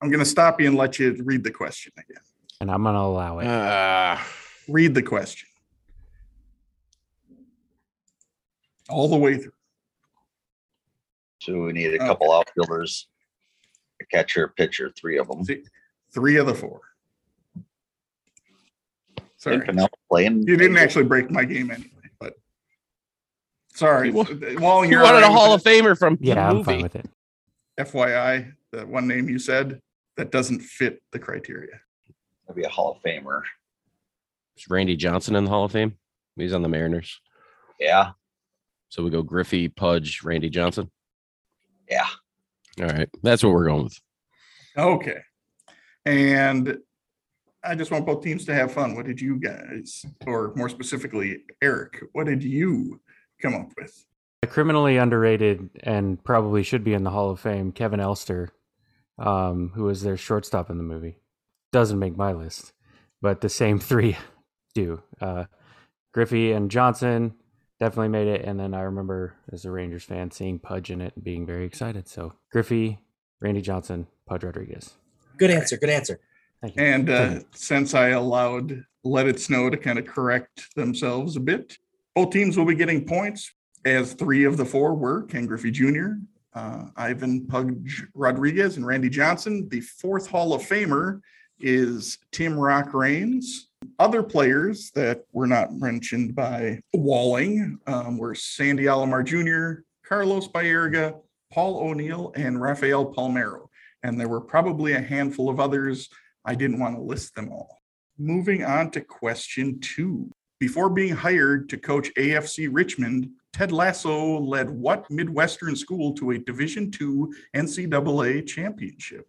[SPEAKER 2] I'm going to stop you and let you read the question again.
[SPEAKER 6] And I'm going to allow it.
[SPEAKER 4] Ah.
[SPEAKER 2] Read the question. All the way through.
[SPEAKER 3] So we need a
[SPEAKER 2] Okay.
[SPEAKER 3] couple outfielders, a catcher, a pitcher, three of them.
[SPEAKER 2] Three of the four. Sorry.
[SPEAKER 3] Infidel playing.
[SPEAKER 2] You didn't actually break my game anyway, but sorry.
[SPEAKER 4] You wa-
[SPEAKER 2] While
[SPEAKER 4] You
[SPEAKER 2] you're
[SPEAKER 4] wanted a
[SPEAKER 2] already-
[SPEAKER 4] Hall of Famer from the
[SPEAKER 6] Yeah, I'm
[SPEAKER 4] movie.
[SPEAKER 6] fine with it.
[SPEAKER 2] FYI, the one name you said that doesn't fit the criteria.
[SPEAKER 3] That'd be a Hall of Famer.
[SPEAKER 4] Is Randy Johnson in the Hall of Fame? He's on the Mariners.
[SPEAKER 3] Yeah.
[SPEAKER 4] So we go Griffey, Pudge, Randy Johnson.
[SPEAKER 3] Yeah.
[SPEAKER 4] All right. That's what we're going with.
[SPEAKER 2] Okay. And I just want both teams to have fun. What did you guys, or more specifically, Eric, what did you come up with?
[SPEAKER 6] A criminally underrated and probably should be in the Hall of Fame, Kevin Elster, um, who was their shortstop in the movie. Doesn't make my list, but the same three do. Uh, Griffey and Johnson definitely made it. And then I remember as a Rangers fan seeing Pudge in it and being very excited. So Griffey, Randy Johnson, Pudge Rodriguez.
[SPEAKER 5] Good answer. Good answer.
[SPEAKER 6] Thank you.
[SPEAKER 2] And uh, since I allowed Let It Snow to kind of correct themselves a bit, both teams will be getting points, as three of the four were Ken Griffey Jr., uh, Ivan Pudge Rodriguez, and Randy Johnson. The fourth Hall of Famer is Tim Rock Rains. Other players that were not mentioned by Walling um, were Sandy Alomar Jr., Carlos Baerga, Paul O'Neill, and Rafael Palmero. And there were probably a handful of others I didn't want to list them all. Moving on to question two. Before being hired to coach AFC Richmond, Ted Lasso led what Midwestern school to a Division II NCAA championship?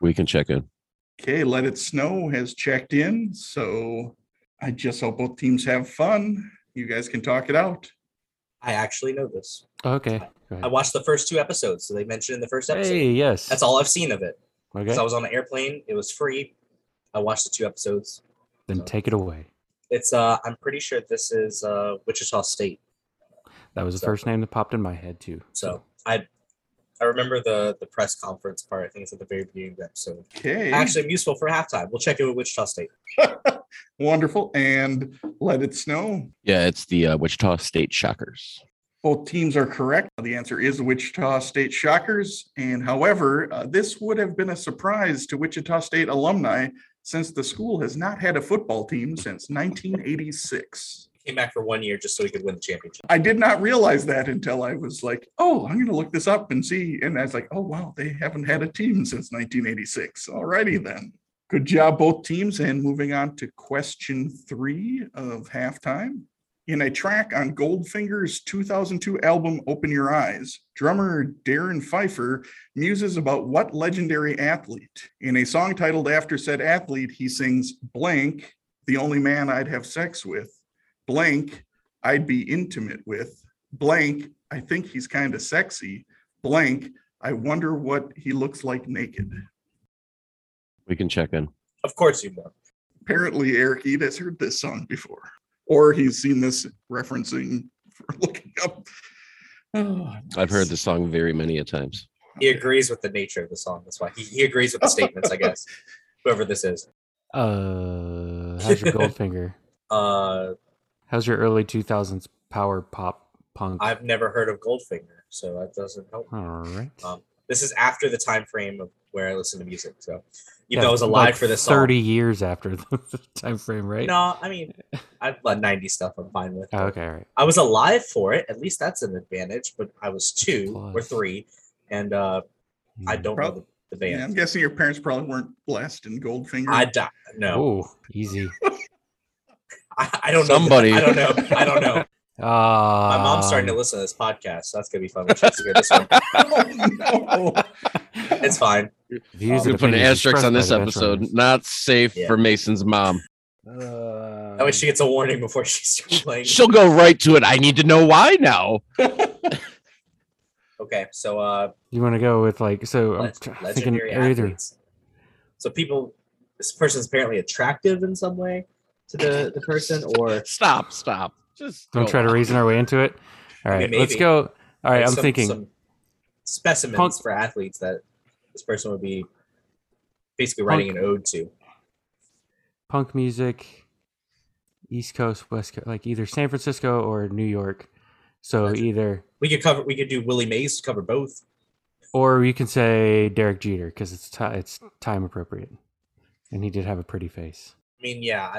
[SPEAKER 4] We can check in.
[SPEAKER 2] Okay, Let It Snow has checked in. So I just hope both teams have fun. You guys can talk it out.
[SPEAKER 5] I actually know this.
[SPEAKER 6] okay. Go
[SPEAKER 5] I
[SPEAKER 6] ahead.
[SPEAKER 5] watched the first two episodes, so they mentioned in the first episode.
[SPEAKER 6] Hey, yes.
[SPEAKER 5] That's all I've seen of it.
[SPEAKER 6] Okay.
[SPEAKER 5] Because I was on an airplane, it was free. I watched the two episodes.
[SPEAKER 6] then take it away.
[SPEAKER 5] It's uh I'm pretty sure this is uh Wichita State.
[SPEAKER 6] That was the
[SPEAKER 5] So-
[SPEAKER 6] first name that popped in my head, too.
[SPEAKER 5] So I I remember the the press conference part. I think it's at the very beginning of the episode.
[SPEAKER 2] Okay.
[SPEAKER 5] Actually, I'm useful for halftime. We'll check in with Wichita State.
[SPEAKER 2] Wonderful. And Let It Snow.
[SPEAKER 4] Yeah, it's the uh, Wichita State Shockers.
[SPEAKER 2] Both teams are correct. The answer is Wichita State Shockers. And however, uh, this would have been a surprise to Wichita State alumni since the school has not had a football team since 1986.
[SPEAKER 5] Came back for one year just so he could win the championship.
[SPEAKER 2] I did not realize that until I was like, oh, I'm going to look this up and see. And I was like, oh, wow, they haven't had a team since 1986. Alrighty then. Good job, both teams. And moving on to question three of halftime. In a track on Goldfinger's 2002 album Open Your Eyes, drummer Darren Pfeiffer muses about what legendary athlete. In a song titled After Said Athlete, he sings blank, the only man I'd have sex with, blank, I'd be intimate with, blank, I think he's kind of sexy, blank, I wonder what he looks like naked.
[SPEAKER 4] We can check in.
[SPEAKER 5] Of course you know.
[SPEAKER 2] Apparently, Eric Eid has heard this song before, or he's seen this referencing for looking up. Oh,
[SPEAKER 4] I've heard the song very many a times.
[SPEAKER 5] He agrees with the nature of the song. That's why he, he agrees with the statements, I guess. Whoever this is.
[SPEAKER 6] Uh, how's your Goldfinger?
[SPEAKER 5] Uh
[SPEAKER 6] How's your early 2000s power pop punk?
[SPEAKER 5] I've never heard of Goldfinger, so that doesn't help.
[SPEAKER 6] All right.
[SPEAKER 5] Um, this is after the time frame of where I listen to music. So even
[SPEAKER 6] Yeah,
[SPEAKER 5] though I was
[SPEAKER 6] like
[SPEAKER 5] alive for this song.
[SPEAKER 6] 30 years after the time frame, right?
[SPEAKER 5] No, I mean I've let 90 stuff I'm fine with.
[SPEAKER 6] Oh, okay, all right.
[SPEAKER 5] I was alive for it. At least that's an advantage, but I was two or
[SPEAKER 6] Plus.
[SPEAKER 5] three and uh I don't know the, the
[SPEAKER 2] Yeah, I'm
[SPEAKER 5] band.
[SPEAKER 2] guessing your parents probably weren't blessed in Goldfinger.
[SPEAKER 5] I di- no.
[SPEAKER 6] Oh, easy.
[SPEAKER 5] I, I don't
[SPEAKER 4] Somebody-
[SPEAKER 5] know. the- I don't know. I don't know.
[SPEAKER 6] Ah,
[SPEAKER 5] My mom's starting to listen to this podcast, so that's gonna be fun when she gets to hear this one.
[SPEAKER 2] Oh, no.
[SPEAKER 5] It's fine.
[SPEAKER 4] We're gonna put an asterisk on this episode. Not safe
[SPEAKER 5] Yeah.
[SPEAKER 4] for Mason's mom.
[SPEAKER 5] That way she gets a warning before she starts playing.
[SPEAKER 4] She'll go right to it. I need to know why now.
[SPEAKER 5] Okay, so uh
[SPEAKER 6] You want to go with like so? I'm
[SPEAKER 5] le-
[SPEAKER 6] tr- thinking
[SPEAKER 5] legendary
[SPEAKER 6] either.
[SPEAKER 5] athletes. So people this person's apparently attractive in some way to the, the person or
[SPEAKER 4] Stop, stop. Just
[SPEAKER 6] Don't
[SPEAKER 4] go
[SPEAKER 6] try to
[SPEAKER 4] on.
[SPEAKER 6] reason our way into it. All
[SPEAKER 5] I
[SPEAKER 6] right,
[SPEAKER 5] mean,
[SPEAKER 6] let's
[SPEAKER 5] maybe.
[SPEAKER 6] go. All right,
[SPEAKER 5] like
[SPEAKER 6] I'm
[SPEAKER 5] some-
[SPEAKER 6] thinking.
[SPEAKER 5] some specimens
[SPEAKER 6] Punk-
[SPEAKER 5] for athletes that this person would be basically writing an ode to.
[SPEAKER 6] punk music, East Coast, West Coast, like either San Francisco or New York. So
[SPEAKER 5] Gotcha.
[SPEAKER 6] either,
[SPEAKER 5] We could cover. We could do Willie Mays to cover both.
[SPEAKER 6] or you can say Derek Jeter because it's ti it's time appropriate. And he did have a pretty face.
[SPEAKER 5] I mean, yeah, I,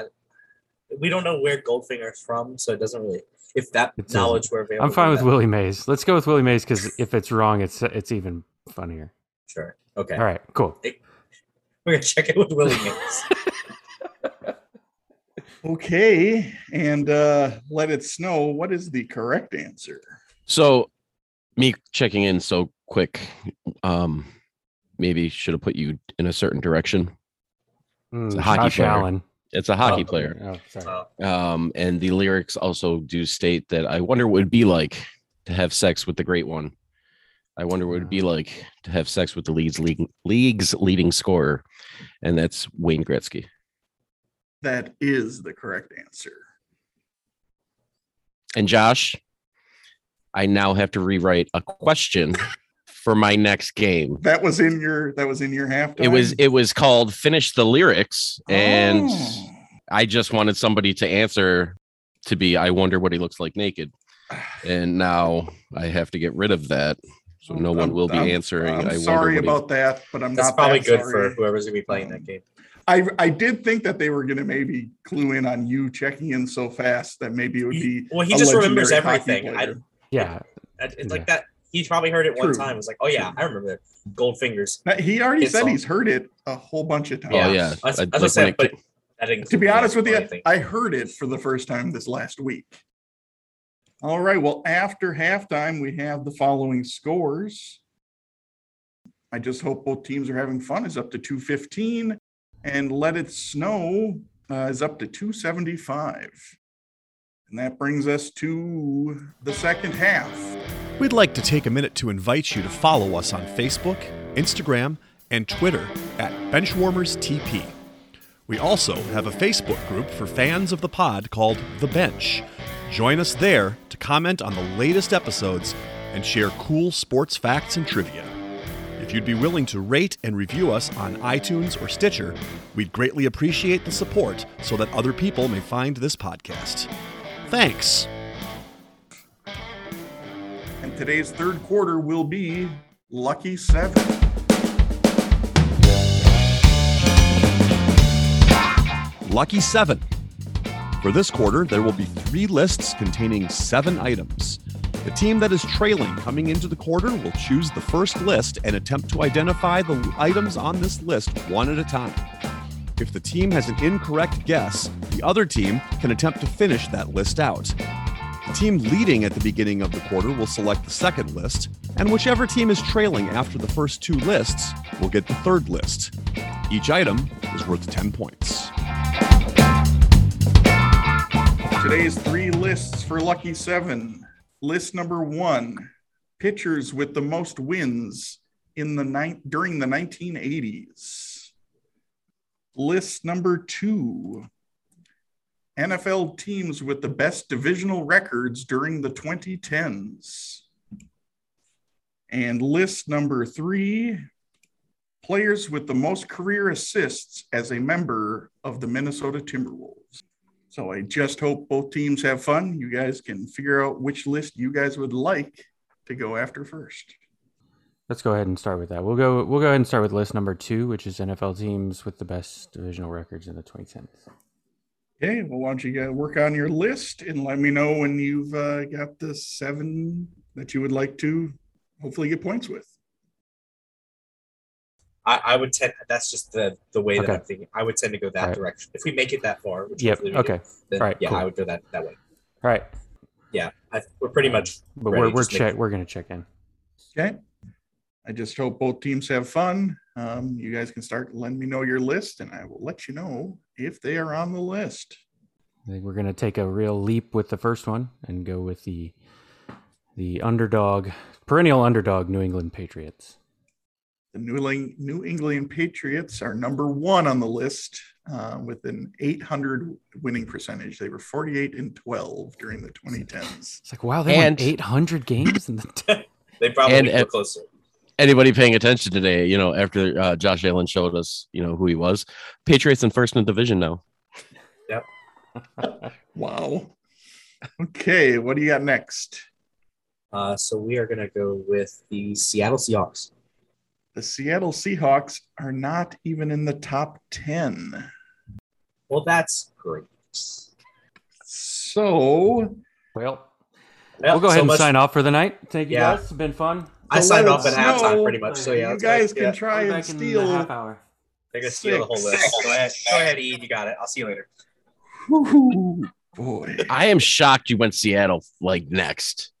[SPEAKER 5] we don't know where Goldfinger's from, so it doesn't really. If that
[SPEAKER 6] It doesn't.
[SPEAKER 5] knowledge were available,
[SPEAKER 6] I'm fine with
[SPEAKER 5] that-
[SPEAKER 6] Willie Mays. Let's go with Willie Mays because if it's wrong, it's it's even funnier.
[SPEAKER 5] Sure. Okay.
[SPEAKER 6] All right, cool.
[SPEAKER 5] We're gonna check it with Willie Mays.
[SPEAKER 2] Okay, and uh, let it snow. What is the correct answer?
[SPEAKER 4] So me checking in so quick, um, maybe should have put you in a certain direction.
[SPEAKER 6] Mm,
[SPEAKER 4] a hockey
[SPEAKER 6] Josh
[SPEAKER 4] player.
[SPEAKER 6] Allen.
[SPEAKER 4] It's a hockey
[SPEAKER 5] Oh.
[SPEAKER 4] player.
[SPEAKER 6] Oh, sorry.
[SPEAKER 5] Uh,
[SPEAKER 4] Um, and the lyrics also do state that I wonder what it'd be like to have sex with the great one. I wonder what it'd be like to have sex with the league's leading, league's leading scorer, and that's Wayne Gretzky.
[SPEAKER 2] That is the correct answer.
[SPEAKER 4] And Josh, I now have to rewrite a question for my next game.
[SPEAKER 2] That was in your. That was in your halftime.
[SPEAKER 4] It was it was called Finish the Lyrics, and
[SPEAKER 2] Oh.
[SPEAKER 4] I just wanted somebody to answer to be I wonder what he looks like naked. And now I have to get rid of that. So no one
[SPEAKER 2] I'm-
[SPEAKER 4] will be
[SPEAKER 2] I'm-
[SPEAKER 4] answering.
[SPEAKER 2] I'm
[SPEAKER 4] I
[SPEAKER 2] sorry
[SPEAKER 4] wonder what he-
[SPEAKER 2] about that, but I'm
[SPEAKER 5] that's
[SPEAKER 2] not
[SPEAKER 5] probably
[SPEAKER 2] that
[SPEAKER 5] good for
[SPEAKER 2] sorry. Um,
[SPEAKER 5] whoever's gonna be playing that game.
[SPEAKER 2] I I did think that they were going to maybe clue in on you checking in so fast that maybe it would
[SPEAKER 5] He-
[SPEAKER 2] be.
[SPEAKER 5] well, he
[SPEAKER 2] a
[SPEAKER 5] just remembers
[SPEAKER 2] legendary hockey
[SPEAKER 5] everything. I-
[SPEAKER 2] player.
[SPEAKER 6] Yeah,
[SPEAKER 5] That- It's
[SPEAKER 6] Yeah.
[SPEAKER 5] like that. He probably heard it one
[SPEAKER 2] True.
[SPEAKER 5] time. It was like, oh yeah, I remember that. Goldfinger's.
[SPEAKER 2] Now, he already
[SPEAKER 5] It's
[SPEAKER 2] said
[SPEAKER 5] all-
[SPEAKER 2] he's heard it a whole bunch of times.
[SPEAKER 4] Oh yeah.
[SPEAKER 5] As,
[SPEAKER 4] I-
[SPEAKER 5] as
[SPEAKER 4] like
[SPEAKER 5] I
[SPEAKER 4] when
[SPEAKER 5] said,
[SPEAKER 4] it-
[SPEAKER 5] but that didn't
[SPEAKER 2] To be honest with you,
[SPEAKER 5] anything.
[SPEAKER 2] I heard it for the first time this last week. All right. Well, after halftime, we have the following scores. I just hope both teams are having fun. Is up to 215, and Let It Snow uh, is up to 275. And that brings us to the second half.
[SPEAKER 7] We'd like to take a minute to invite you to follow us on Facebook, Instagram, and Twitter at Benchwarmers TP. We also have a Facebook group for fans of the pod called The Bench. Join us there to comment on the latest episodes and share cool sports facts and trivia. If you'd be willing to rate and review us on iTunes or Stitcher, we'd greatly appreciate the support so that other people may find this podcast. Thanks!
[SPEAKER 2] And today's third quarter will be Lucky Seven.
[SPEAKER 7] Lucky Seven. For this quarter, there will be three lists containing seven items. The team that is trailing coming into the quarter will choose the first list and attempt to identify the items on this list one at a time. If the team has an incorrect guess, the other team can attempt to finish that list out. The team leading at the beginning of the quarter will select the second list, and whichever team is trailing after the first two lists will get the third list. Each item is worth 10 points.
[SPEAKER 2] Today's three lists for Lucky Seven. List number one: pitchers with the most wins in the nine during the 1980s. List number two: NFL teams with the best divisional records during the 2010s. And list number three: players with the most career assists as a member of the Minnesota Timberwolves. So I just hope both teams have fun. You guys can figure out which list you guys would like to go after first.
[SPEAKER 6] let's go ahead and start with that. We'll go. We'll go ahead and start with list number two, which is NFL teams with the best divisional records in the 2010s.
[SPEAKER 2] Okay, well, why don't you uh, work on your list and let me know when you've uh, got the seven that you would like to hopefully get points with.
[SPEAKER 5] I, I would tend. That's just the the way
[SPEAKER 6] Okay.
[SPEAKER 5] that I'm thinking. I would tend to go that
[SPEAKER 6] Alright.
[SPEAKER 5] direction. If we make it that far, which
[SPEAKER 6] Yep.
[SPEAKER 5] hopefully we do,
[SPEAKER 6] Okay. All
[SPEAKER 5] then
[SPEAKER 6] Alright,
[SPEAKER 5] yeah,
[SPEAKER 6] cool.
[SPEAKER 5] I would go that that way.
[SPEAKER 6] right.
[SPEAKER 5] Yeah, I, we're pretty much.
[SPEAKER 6] But
[SPEAKER 5] ready,
[SPEAKER 6] we're we're
[SPEAKER 5] just make-
[SPEAKER 6] check. We're gonna check in.
[SPEAKER 2] Okay. I just hope both teams have fun. Um, you guys can start letting me know your list, and I will let you know if they are on the list.
[SPEAKER 6] I think we're gonna take a real leap with the first one and go with the the underdog, perennial underdog, New England Patriots.
[SPEAKER 2] The New England, New England Patriots are number one on the list uh, with an 800 winning percentage. They were 48 and 12 during the 2010s.
[SPEAKER 6] It's like wow, they won
[SPEAKER 4] And-
[SPEAKER 6] 800 games in the.
[SPEAKER 5] They probably
[SPEAKER 4] And,
[SPEAKER 5] were
[SPEAKER 4] uh,
[SPEAKER 5] closer.
[SPEAKER 4] Anybody paying attention today? You know, after uh, Josh Allen showed us, you know, who he was. Patriots in first in the division now.
[SPEAKER 2] Wow. Okay, what do you got next?
[SPEAKER 5] Uh, so we are gonna go with the Seattle Seahawks.
[SPEAKER 2] The Seattle Seahawks are not even in the top 10.
[SPEAKER 5] Well, that's great.
[SPEAKER 2] So
[SPEAKER 6] Well,
[SPEAKER 5] Yeah,
[SPEAKER 6] we'll go ahead
[SPEAKER 5] so
[SPEAKER 6] and
[SPEAKER 5] much-
[SPEAKER 6] sign off for the night. Thank you
[SPEAKER 5] Yeah.
[SPEAKER 6] guys. It's been fun.
[SPEAKER 5] I
[SPEAKER 2] So
[SPEAKER 5] signed
[SPEAKER 2] let
[SPEAKER 5] off at
[SPEAKER 2] us know
[SPEAKER 5] halftime, pretty much. So yeah,
[SPEAKER 2] you
[SPEAKER 5] that's right.
[SPEAKER 2] guys can
[SPEAKER 5] Yeah,
[SPEAKER 2] try
[SPEAKER 6] We'll be
[SPEAKER 2] and
[SPEAKER 6] back in the half
[SPEAKER 2] steal.
[SPEAKER 6] hour.
[SPEAKER 5] they're gonna steal the whole
[SPEAKER 2] six.
[SPEAKER 5] list. Go ahead, go ahead, Eve. You got it. I'll see you later.
[SPEAKER 2] Woo-hoo, boy.
[SPEAKER 4] I am shocked you went Seattle like next.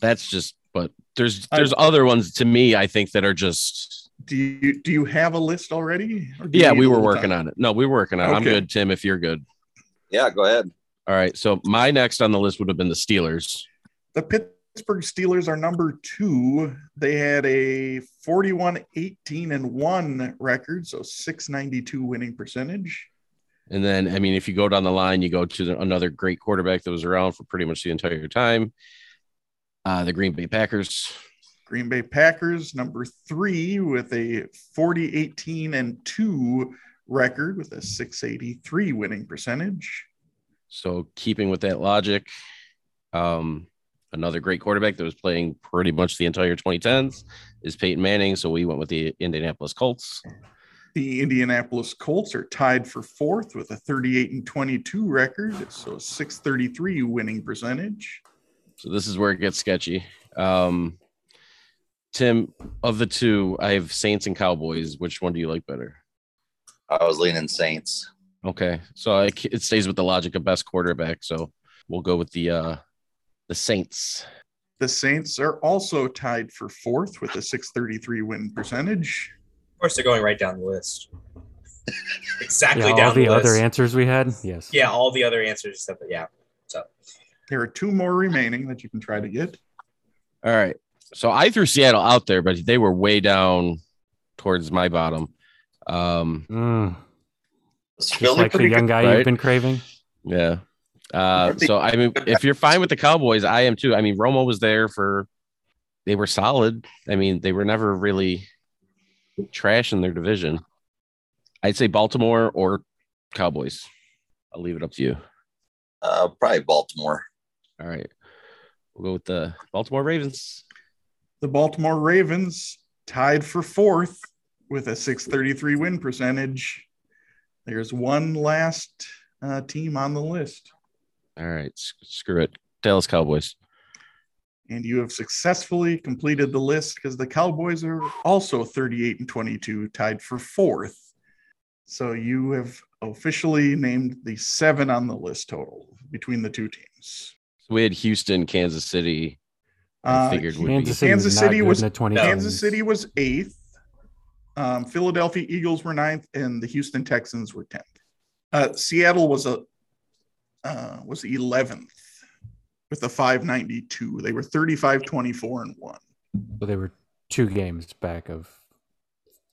[SPEAKER 4] That's just, but there's
[SPEAKER 2] I-
[SPEAKER 4] there's other ones to me. I think that are just.
[SPEAKER 2] Do you do you have a list already? Or do you
[SPEAKER 4] Yeah,
[SPEAKER 2] need
[SPEAKER 4] we
[SPEAKER 2] a
[SPEAKER 4] were
[SPEAKER 2] little
[SPEAKER 4] working
[SPEAKER 2] time?
[SPEAKER 4] on it. No, we were working on. it. I'm
[SPEAKER 2] Okay.
[SPEAKER 4] good, Tim. If you're good,
[SPEAKER 3] Yeah, go ahead.
[SPEAKER 4] all right. So my next on the list would have been the Steelers.
[SPEAKER 2] The Pittsburgh Steelers are number two. They had a 41 18 and 1 record, so 692 winning percentage.
[SPEAKER 4] And then, I mean, if you go down the line, you go to the, another great quarterback that was around for pretty much the entire time. Uh, the Green Bay Packers.
[SPEAKER 2] Green Bay Packers, number three, with a 40 18 and 2 record with a 683 winning percentage.
[SPEAKER 4] So keeping with that logic, um, another great quarterback that was playing pretty much the entire 2010s is Peyton Manning. So we went with the Indianapolis Colts.
[SPEAKER 2] The Indianapolis Colts are tied for fourth with a 38 and 22 record, so 633 winning percentage.
[SPEAKER 4] So this is where it gets sketchy. Um, Tim, of the two, I have Saints and Cowboys. Which one do you like better?
[SPEAKER 3] I was leaning Saints.
[SPEAKER 4] Okay, so I, it stays with the logic of best quarterback. So we'll go with the uh, the Saints.
[SPEAKER 2] The Saints are also tied for fourth with a 633 win percentage.
[SPEAKER 5] Of course, they're going right down the list. Exactly
[SPEAKER 6] Yeah, all
[SPEAKER 5] down
[SPEAKER 6] the
[SPEAKER 5] the
[SPEAKER 6] other
[SPEAKER 5] list.
[SPEAKER 6] answers we had. Yes.
[SPEAKER 5] yeah, all the other answers except that. Yeah. So
[SPEAKER 2] There are two more remaining that you can try to get.
[SPEAKER 4] All right. So I threw Seattle out there, but they were way down towards my bottom. Um,
[SPEAKER 6] Mm,
[SPEAKER 3] Was
[SPEAKER 6] just
[SPEAKER 3] Philly
[SPEAKER 6] like the
[SPEAKER 3] pretty
[SPEAKER 6] young
[SPEAKER 3] good?
[SPEAKER 6] guy
[SPEAKER 4] right?
[SPEAKER 6] you've been craving.
[SPEAKER 4] yeah. Uh, so I mean, if you're fine with the Cowboys, I am too. I mean, Romo was there for. They were solid. I mean, they were never really trash in their division. I'd say Baltimore or Cowboys. I'll leave it up to you.
[SPEAKER 3] Uh, probably Baltimore.
[SPEAKER 4] All right. We'll go with the Baltimore Ravens.
[SPEAKER 2] The Baltimore Ravens tied for fourth with a 633 win percentage. There's one last uh, team on the list,
[SPEAKER 4] All right. s- Screw it. Dallas Cowboys.
[SPEAKER 2] and you have successfully completed the list because the Cowboys are also 38 and 22, tied for fourth. So you have officially named the seven on the list total between the two teams.
[SPEAKER 4] So we had Houston, Kansas City. I
[SPEAKER 2] Uh,
[SPEAKER 4] figured would be.
[SPEAKER 6] Kansas City,
[SPEAKER 2] Kansas
[SPEAKER 6] was not
[SPEAKER 2] City
[SPEAKER 6] good
[SPEAKER 2] was-
[SPEAKER 6] in the 20s.
[SPEAKER 2] Kansas City was eighth. Um, Philadelphia Eagles were ninth, and the Houston Texans were tenth. Uh, Seattle was a uh, was eleventh with a five ninety two. They were 35, 24, and one.
[SPEAKER 6] But they were two games back of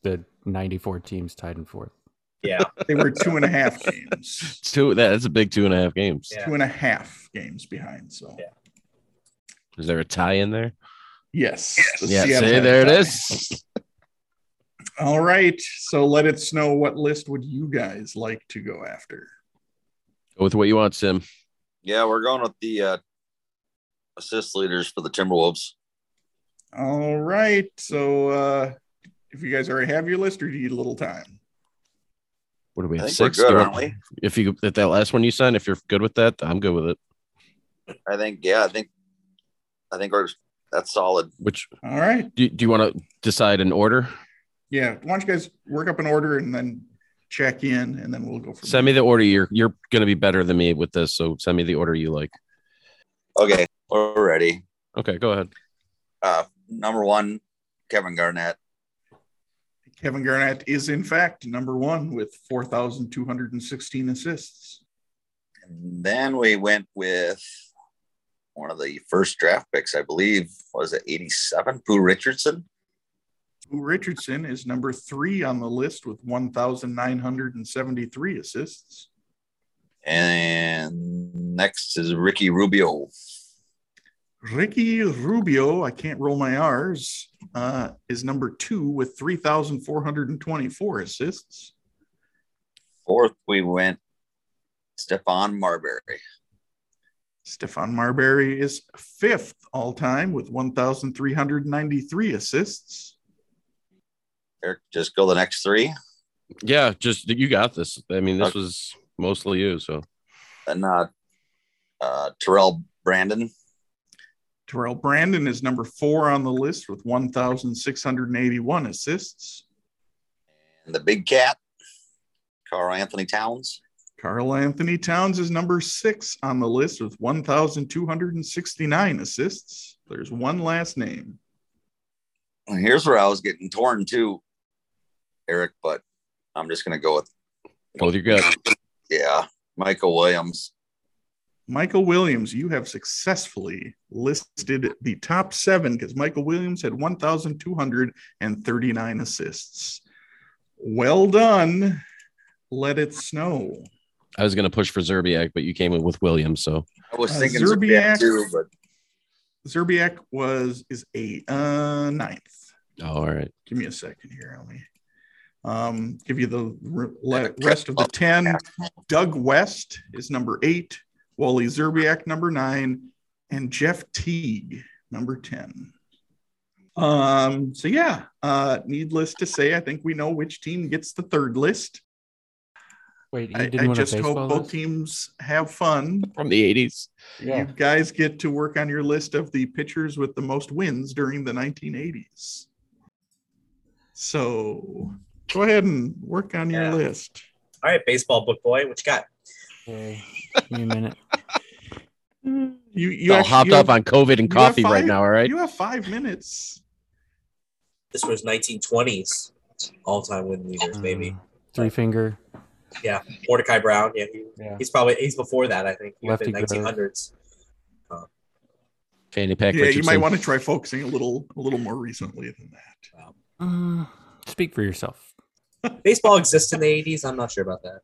[SPEAKER 6] the 94 teams tied in fourth.
[SPEAKER 5] yeah,
[SPEAKER 2] They were two and a half games,
[SPEAKER 4] Two. That's a big two and a half games.
[SPEAKER 5] Yeah.
[SPEAKER 2] two and a half games behind. So
[SPEAKER 5] Yeah.
[SPEAKER 4] Is there a tie in there?
[SPEAKER 2] yes, the
[SPEAKER 4] Yeah.
[SPEAKER 2] Seattle
[SPEAKER 4] See,
[SPEAKER 2] had
[SPEAKER 4] there it
[SPEAKER 2] that.
[SPEAKER 4] is.
[SPEAKER 2] All right, so let us know what list would you guys like to go after.
[SPEAKER 4] Go with what you want, Sim.
[SPEAKER 3] Yeah, we're going with the uh, assist leaders for the Timberwolves.
[SPEAKER 2] All right, so uh, if you guys already have your list, or do you need a little time?
[SPEAKER 4] What do we
[SPEAKER 3] I
[SPEAKER 4] have?
[SPEAKER 3] think
[SPEAKER 4] Six.
[SPEAKER 3] we're
[SPEAKER 4] Do
[SPEAKER 3] good,
[SPEAKER 4] you
[SPEAKER 3] aren't
[SPEAKER 4] want-
[SPEAKER 3] we?
[SPEAKER 4] if you if that last one you signed, if you're good with that, I'm good with it.
[SPEAKER 3] I think. Yeah, I think. I think we're that's solid.
[SPEAKER 4] Which
[SPEAKER 2] All right.
[SPEAKER 4] do, do you want to decide an order?
[SPEAKER 2] Yeah. Why don't you guys work up an order and then check in and then we'll go from
[SPEAKER 4] Send me the order. You're you're gonna be better than me with this. So send me the order you like.
[SPEAKER 3] Okay, we're ready.
[SPEAKER 4] Okay, go ahead.
[SPEAKER 3] Uh, number one, Kevin Garnett.
[SPEAKER 2] Kevin Garnett is in fact number one with 4,216 assists.
[SPEAKER 3] And then we went with one of the first draft picks, I believe, was it 87? Pooh Richardson.
[SPEAKER 2] Lou Richardson is number three on the list with 1,973 assists.
[SPEAKER 3] And next is Ricky Rubio.
[SPEAKER 2] Ricky Rubio, I can't roll my R's, uh, is number two with 3,424 assists.
[SPEAKER 3] Fourth, we went Stefan Marbury.
[SPEAKER 2] Stefan Marbury is fifth all time with 1,393 assists.
[SPEAKER 3] Eric, just go the next three.
[SPEAKER 4] Yeah, just you got this. I mean, this
[SPEAKER 3] Okay.
[SPEAKER 4] was mostly you. So
[SPEAKER 3] And uh, uh, Terrell Brandon.
[SPEAKER 2] Terrell Brandon is number four on the list with 1,681 assists.
[SPEAKER 3] And the big cat, Carl Anthony Towns.
[SPEAKER 2] Carl Anthony Towns is number six on the list with 1,269 assists. There's one last name.
[SPEAKER 3] And here's where I was getting torn too, Eric, but I'm just going to go with,
[SPEAKER 4] go with your gut.
[SPEAKER 3] yeah, Michael Williams.
[SPEAKER 2] Michael Williams, you have successfully listed the top seven because Michael Williams had 1,239 assists. Well done. Let it snow.
[SPEAKER 4] I was going to push for Zerbiak, but you came in with Williams. So
[SPEAKER 3] I was
[SPEAKER 2] Uh,
[SPEAKER 3] thinking
[SPEAKER 2] Zerbiak.
[SPEAKER 3] Zerbiak too, but
[SPEAKER 2] Zerbiak was is a uh, ninth.
[SPEAKER 4] oh, all right.
[SPEAKER 2] Give me a second here. Let me um, give you the re- le- rest of the ten. Doug West is number eight. Wally Zerbiak number nine, and Jeff Teague number ten. Um, so yeah, uh, needless to say, I think we know which team gets the third list.
[SPEAKER 6] Wait, you
[SPEAKER 2] I,
[SPEAKER 6] didn't
[SPEAKER 2] I
[SPEAKER 6] want
[SPEAKER 2] just
[SPEAKER 6] a
[SPEAKER 2] hope
[SPEAKER 6] baseball
[SPEAKER 2] both
[SPEAKER 6] list?
[SPEAKER 2] teams have fun.
[SPEAKER 4] From the 80s.
[SPEAKER 2] You
[SPEAKER 6] Yeah.
[SPEAKER 2] guys get to work on your list of the pitchers with the most wins during the 1980s. So go ahead and work on your
[SPEAKER 5] Yeah.
[SPEAKER 2] list.
[SPEAKER 5] All right, baseball book boy, what you got?
[SPEAKER 6] Okay. Give me a minute.
[SPEAKER 2] You you
[SPEAKER 4] You all
[SPEAKER 2] actually-
[SPEAKER 4] hopped
[SPEAKER 2] you
[SPEAKER 4] up
[SPEAKER 2] have-
[SPEAKER 4] on COVID and
[SPEAKER 2] you have
[SPEAKER 4] coffee right
[SPEAKER 2] five-
[SPEAKER 4] now. All right.
[SPEAKER 2] You have five minutes.
[SPEAKER 5] This was 1920s all-time win leaders, maybe.
[SPEAKER 6] Um, three finger.
[SPEAKER 5] Mordecai Brown, yeah, he,
[SPEAKER 6] Yeah.
[SPEAKER 5] he's probably he's before that, I think. He was in
[SPEAKER 6] Lefty Grove.
[SPEAKER 5] 1900s.
[SPEAKER 4] Fanny Pack.
[SPEAKER 2] yeah, you
[SPEAKER 4] Richardson.
[SPEAKER 2] might want to try focusing a little a little more recently than that.
[SPEAKER 5] Uh,
[SPEAKER 6] Mm, speak for yourself.
[SPEAKER 5] Baseball exists in the 80s. I'm not sure about that.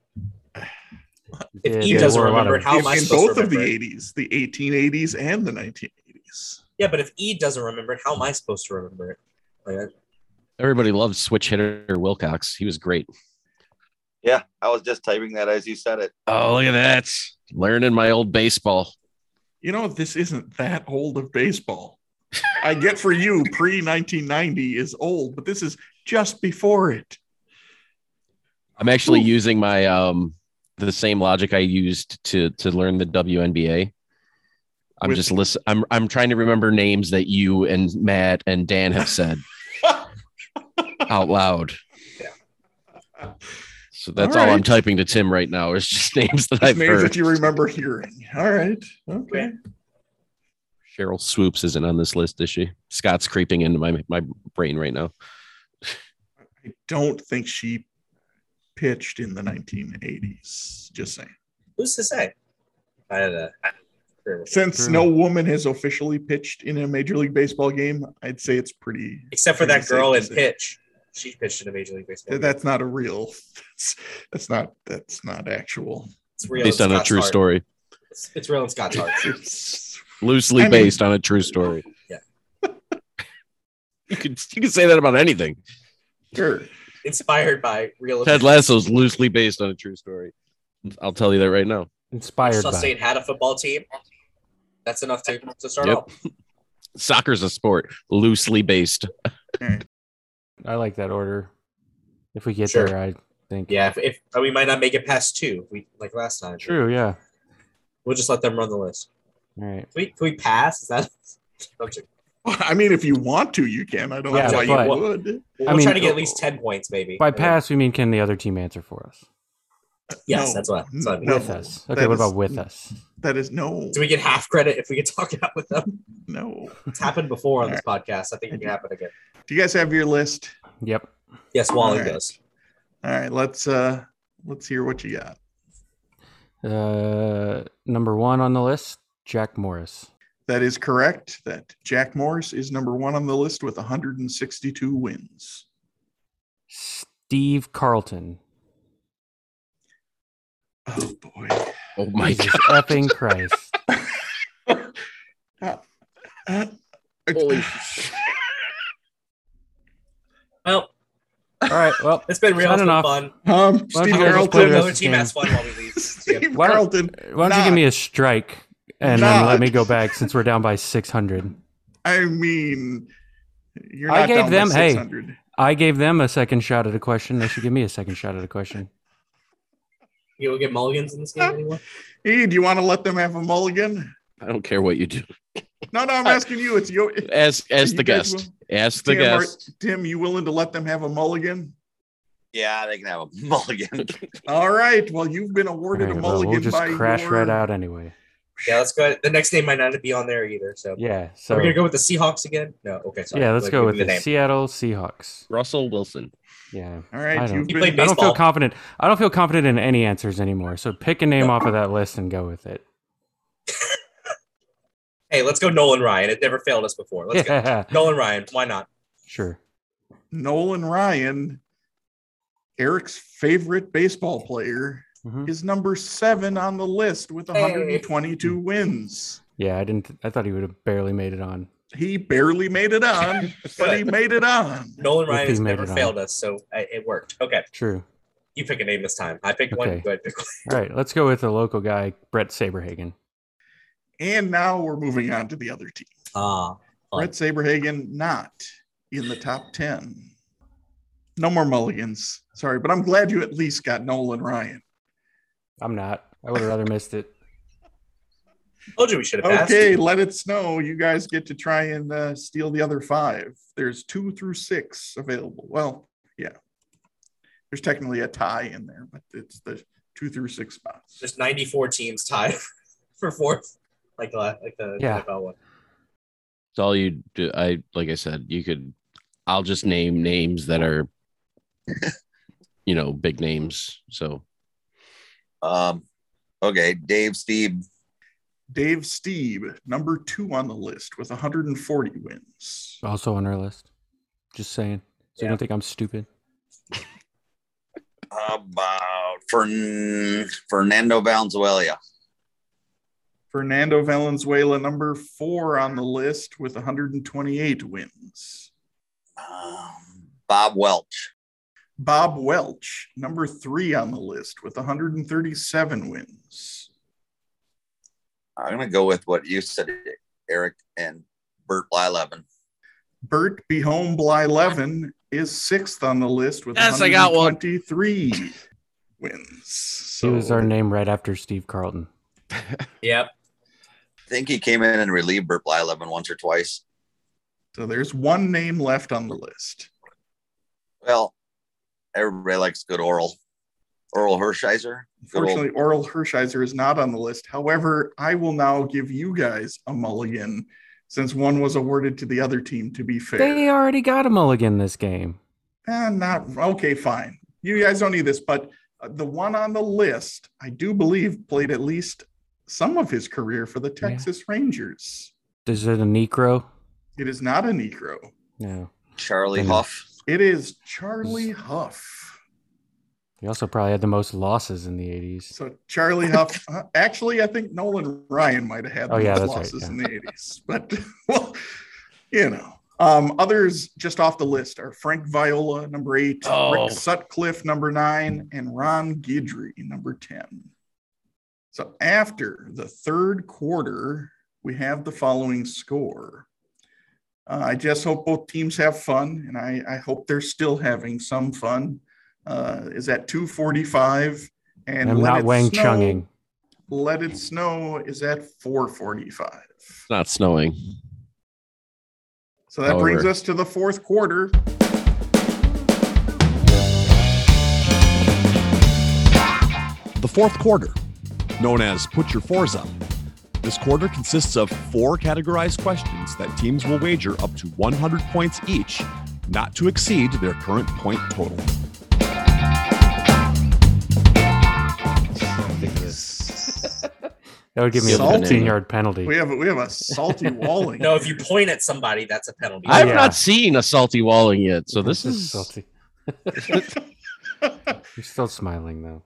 [SPEAKER 5] If
[SPEAKER 6] Yeah,
[SPEAKER 5] Eve
[SPEAKER 6] there
[SPEAKER 5] doesn't
[SPEAKER 6] were a lot
[SPEAKER 5] remember it,
[SPEAKER 6] of-
[SPEAKER 5] how am I
[SPEAKER 2] in
[SPEAKER 5] supposed to
[SPEAKER 2] both of
[SPEAKER 5] remember
[SPEAKER 2] the
[SPEAKER 5] it?
[SPEAKER 2] 80s, the 1880s and the 1980s.
[SPEAKER 5] Yeah, but if Eve doesn't remember it, how am I supposed to remember it? Like, uh,
[SPEAKER 4] Everybody loved switch hitter Wilcox. He was great.
[SPEAKER 3] yeah, I was just typing that as you said it.
[SPEAKER 4] Oh, look at that. Learning my old baseball.
[SPEAKER 2] You know, this isn't that old of baseball. I get for you pre 1990 is old, but this is just before it.
[SPEAKER 4] I'm actually
[SPEAKER 2] Ooh.
[SPEAKER 4] using my um the same logic I used to to learn the WNBA. I'm
[SPEAKER 2] With-
[SPEAKER 4] just listen. I'm I'm trying to remember names that you and Matt and Dan have said out loud. So that's all, I'm
[SPEAKER 2] right.
[SPEAKER 4] typing to Tim right now. Is just names that
[SPEAKER 2] Just
[SPEAKER 4] I've
[SPEAKER 2] names
[SPEAKER 4] heard.
[SPEAKER 2] that you remember hearing. All right. Okay.
[SPEAKER 4] Cheryl Swoops isn't on this list, is she? Scott's creeping into my my brain right now.
[SPEAKER 2] I don't think she pitched in the 1980s. Just saying.
[SPEAKER 5] who's to say? I don't know.
[SPEAKER 2] Since
[SPEAKER 6] True.
[SPEAKER 2] no woman has officially pitched in a Major League Baseball game, I'd say it's pretty.
[SPEAKER 5] Except for
[SPEAKER 2] pretty
[SPEAKER 5] that
[SPEAKER 2] safe
[SPEAKER 5] girl
[SPEAKER 2] to
[SPEAKER 5] in
[SPEAKER 2] say.
[SPEAKER 5] pitch. She pitched in a Major League Baseball.
[SPEAKER 2] Th-
[SPEAKER 5] game.
[SPEAKER 2] That's not a real. That's, that's not. That's not actual.
[SPEAKER 5] it's real.
[SPEAKER 4] Based
[SPEAKER 5] in
[SPEAKER 4] on a
[SPEAKER 5] Scott's
[SPEAKER 4] true
[SPEAKER 5] heart.
[SPEAKER 4] story,
[SPEAKER 5] It's, it's real in Scott's heart.
[SPEAKER 2] It's-
[SPEAKER 4] loosely
[SPEAKER 2] I mean-
[SPEAKER 4] based on a true story.
[SPEAKER 5] Yeah.
[SPEAKER 4] you could you could say that about anything.
[SPEAKER 2] sure.
[SPEAKER 5] Inspired by real.
[SPEAKER 4] Ted Lasso's loosely based on a true story. I'll tell you that right now.
[SPEAKER 6] Inspired
[SPEAKER 5] Utah
[SPEAKER 6] by.
[SPEAKER 5] State had a football team. That's enough to, to start
[SPEAKER 4] Yep.
[SPEAKER 5] off.
[SPEAKER 4] Soccer's a sport loosely based.
[SPEAKER 6] I like that order. If we get
[SPEAKER 5] Sure.
[SPEAKER 6] there, I think.
[SPEAKER 5] Yeah, if, if uh, we might not make it past two, we like last time.
[SPEAKER 6] True. Yeah.
[SPEAKER 5] We'll just let them run the list.
[SPEAKER 6] All right.
[SPEAKER 5] Can we, can we pass? Is that? I'm just-
[SPEAKER 2] Well, I mean, if you want to, you can. I don't
[SPEAKER 6] Yeah,
[SPEAKER 2] know why
[SPEAKER 6] but-
[SPEAKER 2] you would.
[SPEAKER 5] We'll
[SPEAKER 6] I mean-
[SPEAKER 5] try to get at least ten points, maybe.
[SPEAKER 6] By
[SPEAKER 5] And then-
[SPEAKER 6] pass, we mean can the other team answer for us?
[SPEAKER 5] Yes,
[SPEAKER 2] No.
[SPEAKER 5] that's what. That's what I mean.
[SPEAKER 2] No.
[SPEAKER 6] With us. Okay.
[SPEAKER 2] That
[SPEAKER 6] What
[SPEAKER 2] is-
[SPEAKER 6] about with us?
[SPEAKER 2] That is no,
[SPEAKER 5] Do we get half credit if we get talked out with them?
[SPEAKER 2] no.
[SPEAKER 5] It's happened before on this podcast. I think it can happen again.
[SPEAKER 2] Do you guys have your list?
[SPEAKER 6] Yep.
[SPEAKER 5] Yes, Wally
[SPEAKER 2] All right.
[SPEAKER 5] does.
[SPEAKER 2] All right, let's uh let's hear what you got.
[SPEAKER 6] Uh, number one on the list, Jack Morris.
[SPEAKER 2] That is correct. That Jack Morris is number one on the list with 162 wins.
[SPEAKER 6] Steve Carlton.
[SPEAKER 2] Oh boy.
[SPEAKER 4] Oh my
[SPEAKER 6] Jesus
[SPEAKER 4] god.
[SPEAKER 6] effing Christ.
[SPEAKER 2] Uh,
[SPEAKER 4] Holy
[SPEAKER 5] Well,
[SPEAKER 6] All right. Well,
[SPEAKER 5] it's been real. It's
[SPEAKER 6] Signing
[SPEAKER 5] been
[SPEAKER 6] off.
[SPEAKER 5] fun.
[SPEAKER 2] um, Steve
[SPEAKER 6] don't you guys just play the
[SPEAKER 2] Carlton.
[SPEAKER 5] Another
[SPEAKER 6] rest
[SPEAKER 5] team
[SPEAKER 6] of
[SPEAKER 5] has fun while we leave. Yeah.
[SPEAKER 2] Steve
[SPEAKER 6] Why don't-
[SPEAKER 2] Carlton.
[SPEAKER 6] why don't you give me a strike and then
[SPEAKER 2] Not.
[SPEAKER 6] let me go back since we're down by 600?
[SPEAKER 2] I mean, you're
[SPEAKER 6] I
[SPEAKER 2] not down by
[SPEAKER 6] gave them- hey,
[SPEAKER 2] 600.
[SPEAKER 6] I gave them a second shot at a question. They should give me a second shot at a question.
[SPEAKER 5] You will get mulligans in this game anymore?
[SPEAKER 2] Hey, do you want to let them have a mulligan?
[SPEAKER 4] I don't care what you do.
[SPEAKER 2] No, no, I'm asking you. It's your
[SPEAKER 4] As as
[SPEAKER 2] You
[SPEAKER 4] the
[SPEAKER 2] guys
[SPEAKER 4] guest, as the
[SPEAKER 2] Tim, are-
[SPEAKER 4] guest.
[SPEAKER 2] Tim, you willing to let them have a mulligan?
[SPEAKER 3] Yeah, they can have a mulligan.
[SPEAKER 2] All right. Well, you've been awarded
[SPEAKER 6] All
[SPEAKER 2] a
[SPEAKER 6] right, well,
[SPEAKER 2] mulligan
[SPEAKER 6] we'll just
[SPEAKER 2] by
[SPEAKER 6] crash
[SPEAKER 2] your-
[SPEAKER 6] right out anyway.
[SPEAKER 5] Yeah, let's go. ahead. The next name might not be on there either. So
[SPEAKER 6] Yeah.
[SPEAKER 5] So
[SPEAKER 6] So
[SPEAKER 5] we're gonna go with the Seahawks again. No, okay. Sorry.
[SPEAKER 6] yeah, let's
[SPEAKER 5] Like,
[SPEAKER 6] go
[SPEAKER 5] give
[SPEAKER 6] with
[SPEAKER 5] me
[SPEAKER 6] the,
[SPEAKER 5] name.
[SPEAKER 6] Seattle Seahawks.
[SPEAKER 4] Russell Wilson.
[SPEAKER 6] Yeah.
[SPEAKER 2] All
[SPEAKER 6] I
[SPEAKER 2] right.
[SPEAKER 6] don't-
[SPEAKER 2] You've
[SPEAKER 5] You
[SPEAKER 2] been
[SPEAKER 5] played
[SPEAKER 6] I don't feel
[SPEAKER 5] Baseball.
[SPEAKER 6] confident. I don't feel confident in any answers anymore. So pick a name off of that list and go with it.
[SPEAKER 5] Hey, let's go Nolan Ryan. It never failed us before. Let's go.
[SPEAKER 6] Yeah.
[SPEAKER 5] Nolan Ryan. Why not?
[SPEAKER 6] Sure.
[SPEAKER 2] Nolan Ryan, Eric's favorite baseball player,
[SPEAKER 6] Mhm.
[SPEAKER 2] is number seven on the list with 122 wins.
[SPEAKER 6] Yeah, I didn't. I thought he would have barely made it on.
[SPEAKER 2] He barely made it on, but he made it on.
[SPEAKER 5] Nolan
[SPEAKER 6] If
[SPEAKER 5] Ryan
[SPEAKER 6] he
[SPEAKER 5] has
[SPEAKER 6] made
[SPEAKER 5] never
[SPEAKER 6] it on.
[SPEAKER 5] failed us, so I, it worked. Okay,
[SPEAKER 6] True.
[SPEAKER 5] you pick a name this time. I picked one.
[SPEAKER 6] Okay.
[SPEAKER 5] Go ahead, pick one.
[SPEAKER 6] All right, let's go with the local guy, Brett Saberhagen.
[SPEAKER 2] And now we're moving on to the other team.
[SPEAKER 5] Ah, Fine.
[SPEAKER 2] Brett Saberhagen not in the top 10. No more mulligans. Sorry, but I'm glad you at least got Nolan Ryan.
[SPEAKER 6] I'm not. I would have rather missed it.
[SPEAKER 5] told you we should have passed.
[SPEAKER 2] Okay, let it snow. You guys get to try and uh, steal the other five. There's two through six available. Well, yeah. There's technically a tie in there, but it's the two through six spots.
[SPEAKER 5] There's 94 teams tied for fourth, like the like the
[SPEAKER 6] Yeah.
[SPEAKER 5] NFL one.
[SPEAKER 4] It's all you do. I like I said, you could I'll just name names that are you know, big names. So
[SPEAKER 3] um, okay, Dave, Steve,
[SPEAKER 2] Dave Steeb, number two on the list with 140 wins.
[SPEAKER 6] Also on our list. Just saying. So you
[SPEAKER 5] Yeah.
[SPEAKER 6] don't think I'm stupid?
[SPEAKER 3] how about Fern- Fernando Valenzuela?
[SPEAKER 2] Fernando Valenzuela, number four on the list with 128 wins.
[SPEAKER 3] Um, Bob Welch.
[SPEAKER 2] Bob Welch, number three on the list with 137 wins.
[SPEAKER 3] I'm gonna go with what you said, Eric and Bert Lylevin.
[SPEAKER 2] Bert Behome Blyleven is sixth on the list with
[SPEAKER 4] Yes, I got one.
[SPEAKER 2] 123 wins. So
[SPEAKER 6] he was our name right after Steve Carlton.
[SPEAKER 5] Yep.
[SPEAKER 3] I think he came in and relieved Bert Lylevin once or twice.
[SPEAKER 2] so there's one name left on the list.
[SPEAKER 3] Well, everybody likes good Oral. Oral Hershiser. Good old
[SPEAKER 2] Unfortunately, Oral Hershiser is not on the list. However, I will now give you guys a mulligan since one was awarded to the other team, to be fair.
[SPEAKER 6] They already got a mulligan this game.
[SPEAKER 2] Eh, not okay, fine. You guys don't need this, but uh, the one on the list, I do believe, played at least some of his career for the
[SPEAKER 6] Yeah.
[SPEAKER 2] Texas Rangers.
[SPEAKER 6] Is it a Necro?
[SPEAKER 2] It is not a Negro.
[SPEAKER 6] No.
[SPEAKER 3] Charlie
[SPEAKER 2] Mm-hmm.
[SPEAKER 6] Damn.
[SPEAKER 3] Huff.
[SPEAKER 2] It is Charlie Huff.
[SPEAKER 6] He also probably had the most losses in the 80s.
[SPEAKER 2] So Charlie Huff. uh, actually, I think Nolan Ryan might have had
[SPEAKER 6] Oh,
[SPEAKER 2] those
[SPEAKER 6] yeah, that's right,
[SPEAKER 2] losses
[SPEAKER 6] yeah.
[SPEAKER 2] in the eighties, but well, you know. Um, others just off the list are Frank Viola, number eight,
[SPEAKER 4] Oh.
[SPEAKER 2] Rick Sutcliffe, number nine, and Ron Guidry, number ten. So after the third quarter, we have the following score. Uh, I just hope both teams have fun, and I, I hope they're still having some fun. Uh, is at 2:45, and
[SPEAKER 6] I'm
[SPEAKER 2] Let
[SPEAKER 6] not
[SPEAKER 2] It
[SPEAKER 6] Wang
[SPEAKER 2] Snow-
[SPEAKER 6] Chunging.
[SPEAKER 2] Let It Snow is at 4:45.
[SPEAKER 4] it's not snowing.
[SPEAKER 2] So that brings
[SPEAKER 4] However-
[SPEAKER 2] us to the fourth quarter.
[SPEAKER 7] The fourth quarter, known as Put Your Fours Up, this quarter consists of four categorized questions that teams will wager up to 100 points each, not to exceed their current point total.
[SPEAKER 6] That would give me
[SPEAKER 2] Salty.
[SPEAKER 6] a 15 yard penalty.
[SPEAKER 2] We have we have a salty walling.
[SPEAKER 5] No, if you point at somebody, that's a penalty.
[SPEAKER 6] I-
[SPEAKER 4] I've
[SPEAKER 6] yeah.
[SPEAKER 4] not seen a salty walling yet, so this is
[SPEAKER 6] salty. You're still smiling, though.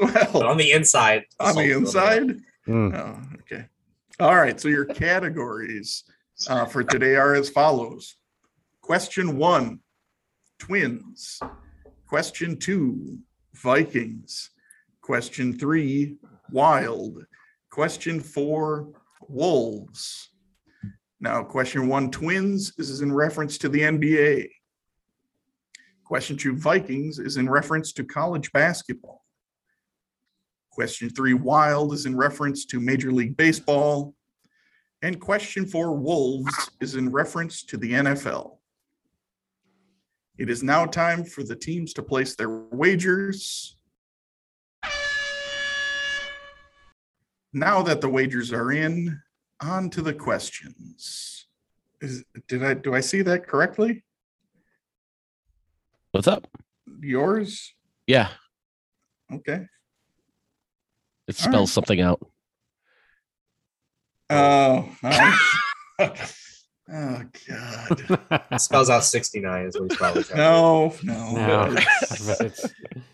[SPEAKER 5] But
[SPEAKER 2] well,
[SPEAKER 5] on the inside.
[SPEAKER 2] on the
[SPEAKER 5] assault-
[SPEAKER 2] inside.
[SPEAKER 6] Mm.
[SPEAKER 2] Oh, okay. All right. So your categories uh, for today are as follows. Question one, twins. Question two, Vikings. Question three, wild. Question four, wolves. Now, question one, twins. This is in reference to the NBA. Question two, Vikings is in reference to college basketball. Question three, Wild is in reference to Major League Baseball. And question four, Wolves is in reference to the NFL. It is now time for the teams to place their wagers. Now that the wagers are in, on to the questions. Is, did I do I see that correctly?
[SPEAKER 4] What's up?
[SPEAKER 2] Yours?
[SPEAKER 4] Yeah,
[SPEAKER 2] Okay.
[SPEAKER 4] it
[SPEAKER 2] All right.
[SPEAKER 4] spells something out.
[SPEAKER 2] Oh, all right. oh God.
[SPEAKER 5] It spells out 69 is what he's probably trying to
[SPEAKER 2] No, no.
[SPEAKER 6] No.
[SPEAKER 2] It's,
[SPEAKER 6] It's-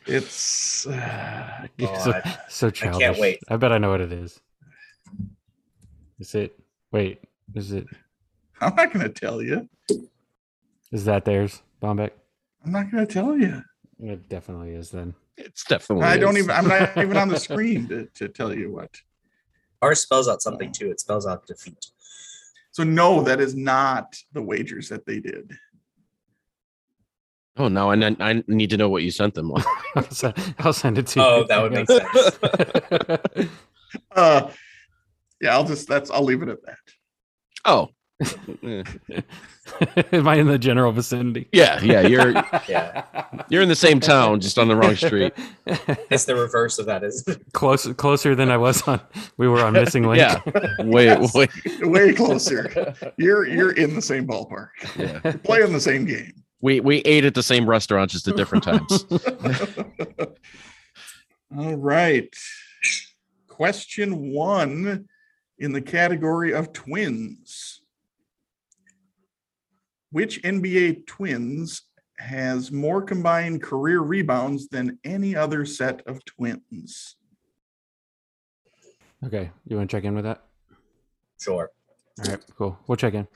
[SPEAKER 2] it's, uh,
[SPEAKER 6] You're so, so childish.
[SPEAKER 5] can't wait.
[SPEAKER 6] I bet I know what it is. Is it? Wait, is it?
[SPEAKER 2] I'm not going to tell you.
[SPEAKER 6] Is that theirs, Bombeck?
[SPEAKER 2] I'm not going to tell you.
[SPEAKER 6] It definitely is. Then
[SPEAKER 4] It's definitely.
[SPEAKER 2] I don't
[SPEAKER 4] is.
[SPEAKER 2] even, I'm not even on the screen to, to tell you what.
[SPEAKER 5] do. Ours spells out something too. It spells out defeat.
[SPEAKER 2] So, no, that is not the wagers that they did.
[SPEAKER 4] Oh no, I, ne- I need to know what you sent them.
[SPEAKER 6] I'll send, I'll send it to you.
[SPEAKER 5] Oh, that would make sense.
[SPEAKER 6] sense.
[SPEAKER 2] Uh, yeah, I'll just, that's, I'll leave it at that.
[SPEAKER 4] oh. Eh.
[SPEAKER 6] Am I in the general vicinity?
[SPEAKER 4] Yeah, yeah, you're
[SPEAKER 5] Yeah.
[SPEAKER 4] you're in the same town, just on the wrong street.
[SPEAKER 5] It's the reverse of that, isn't it?
[SPEAKER 6] Close, closer than I was on. We were on missing link.
[SPEAKER 4] Yeah. Wait, wait.
[SPEAKER 2] Way closer. You're, you're in the same ballpark,
[SPEAKER 4] Yeah.
[SPEAKER 2] playing the same game.
[SPEAKER 4] We we ate at the same restaurant, just at different times.
[SPEAKER 2] All right. Question one in the category of twins. Which NBA twins has more combined career rebounds than any other set of twins?
[SPEAKER 6] Okay, you want to check in with that?
[SPEAKER 5] Sure.
[SPEAKER 6] All right, cool. We'll check in.